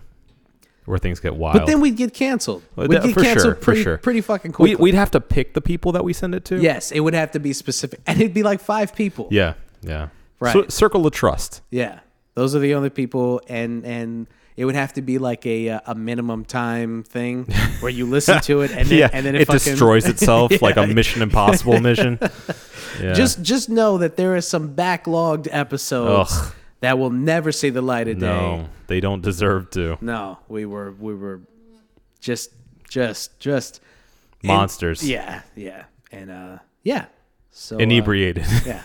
Speaker 2: Where things get wild.
Speaker 1: But then we'd get canceled.
Speaker 2: Well,
Speaker 1: we'd
Speaker 2: that-
Speaker 1: get
Speaker 2: for
Speaker 1: canceled
Speaker 2: sure, for
Speaker 1: pretty,
Speaker 2: sure.
Speaker 1: pretty fucking
Speaker 2: we,
Speaker 1: quickly.
Speaker 2: we'd have to pick the people that we send it to.
Speaker 1: yes, it would have to be specific, and it'd be like five people.
Speaker 2: Yeah. Yeah.
Speaker 1: Right.
Speaker 2: So, circle of trust.
Speaker 1: Yeah. Those are the only people, and and it would have to be like a uh, a minimum time thing where you listen to it, and then
Speaker 2: yeah.
Speaker 1: and then
Speaker 2: it,
Speaker 1: it, fucking,
Speaker 2: destroys itself like a Mission Impossible mission. Yeah.
Speaker 1: Just just know that there is some backlogged episodes
Speaker 2: Ugh.
Speaker 1: that will never see the light of day.
Speaker 2: no, they don't deserve to.
Speaker 1: No, we were we were just just just in-
Speaker 2: Monsters. Oh,
Speaker 1: yeah, yeah, and uh, yeah. So uh,
Speaker 2: Inebriated.
Speaker 1: yeah.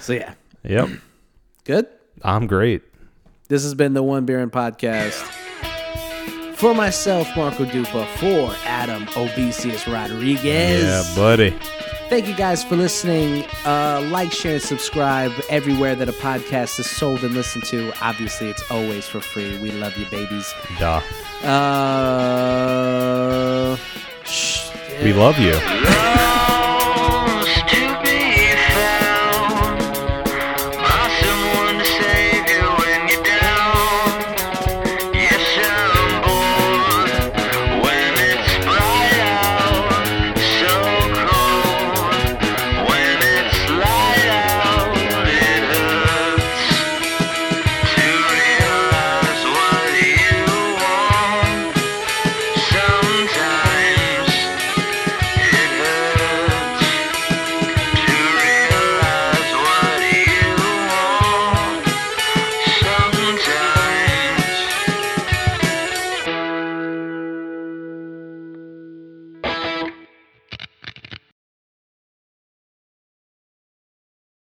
Speaker 1: so yeah,
Speaker 2: yep.
Speaker 1: good.
Speaker 2: I'm great.
Speaker 1: This has been the One Beer and Podcast. For myself, Marco Dupa, for Adam Obesius Rodriguez.
Speaker 2: Yeah, buddy.
Speaker 1: Thank you guys for listening. Uh, like, share, and subscribe everywhere that a podcast is sold and listened to. Obviously, it's always for free. We love you, babies.
Speaker 2: Duh.
Speaker 1: Uh, sh- Uh,
Speaker 2: We love you.
Speaker 3: Love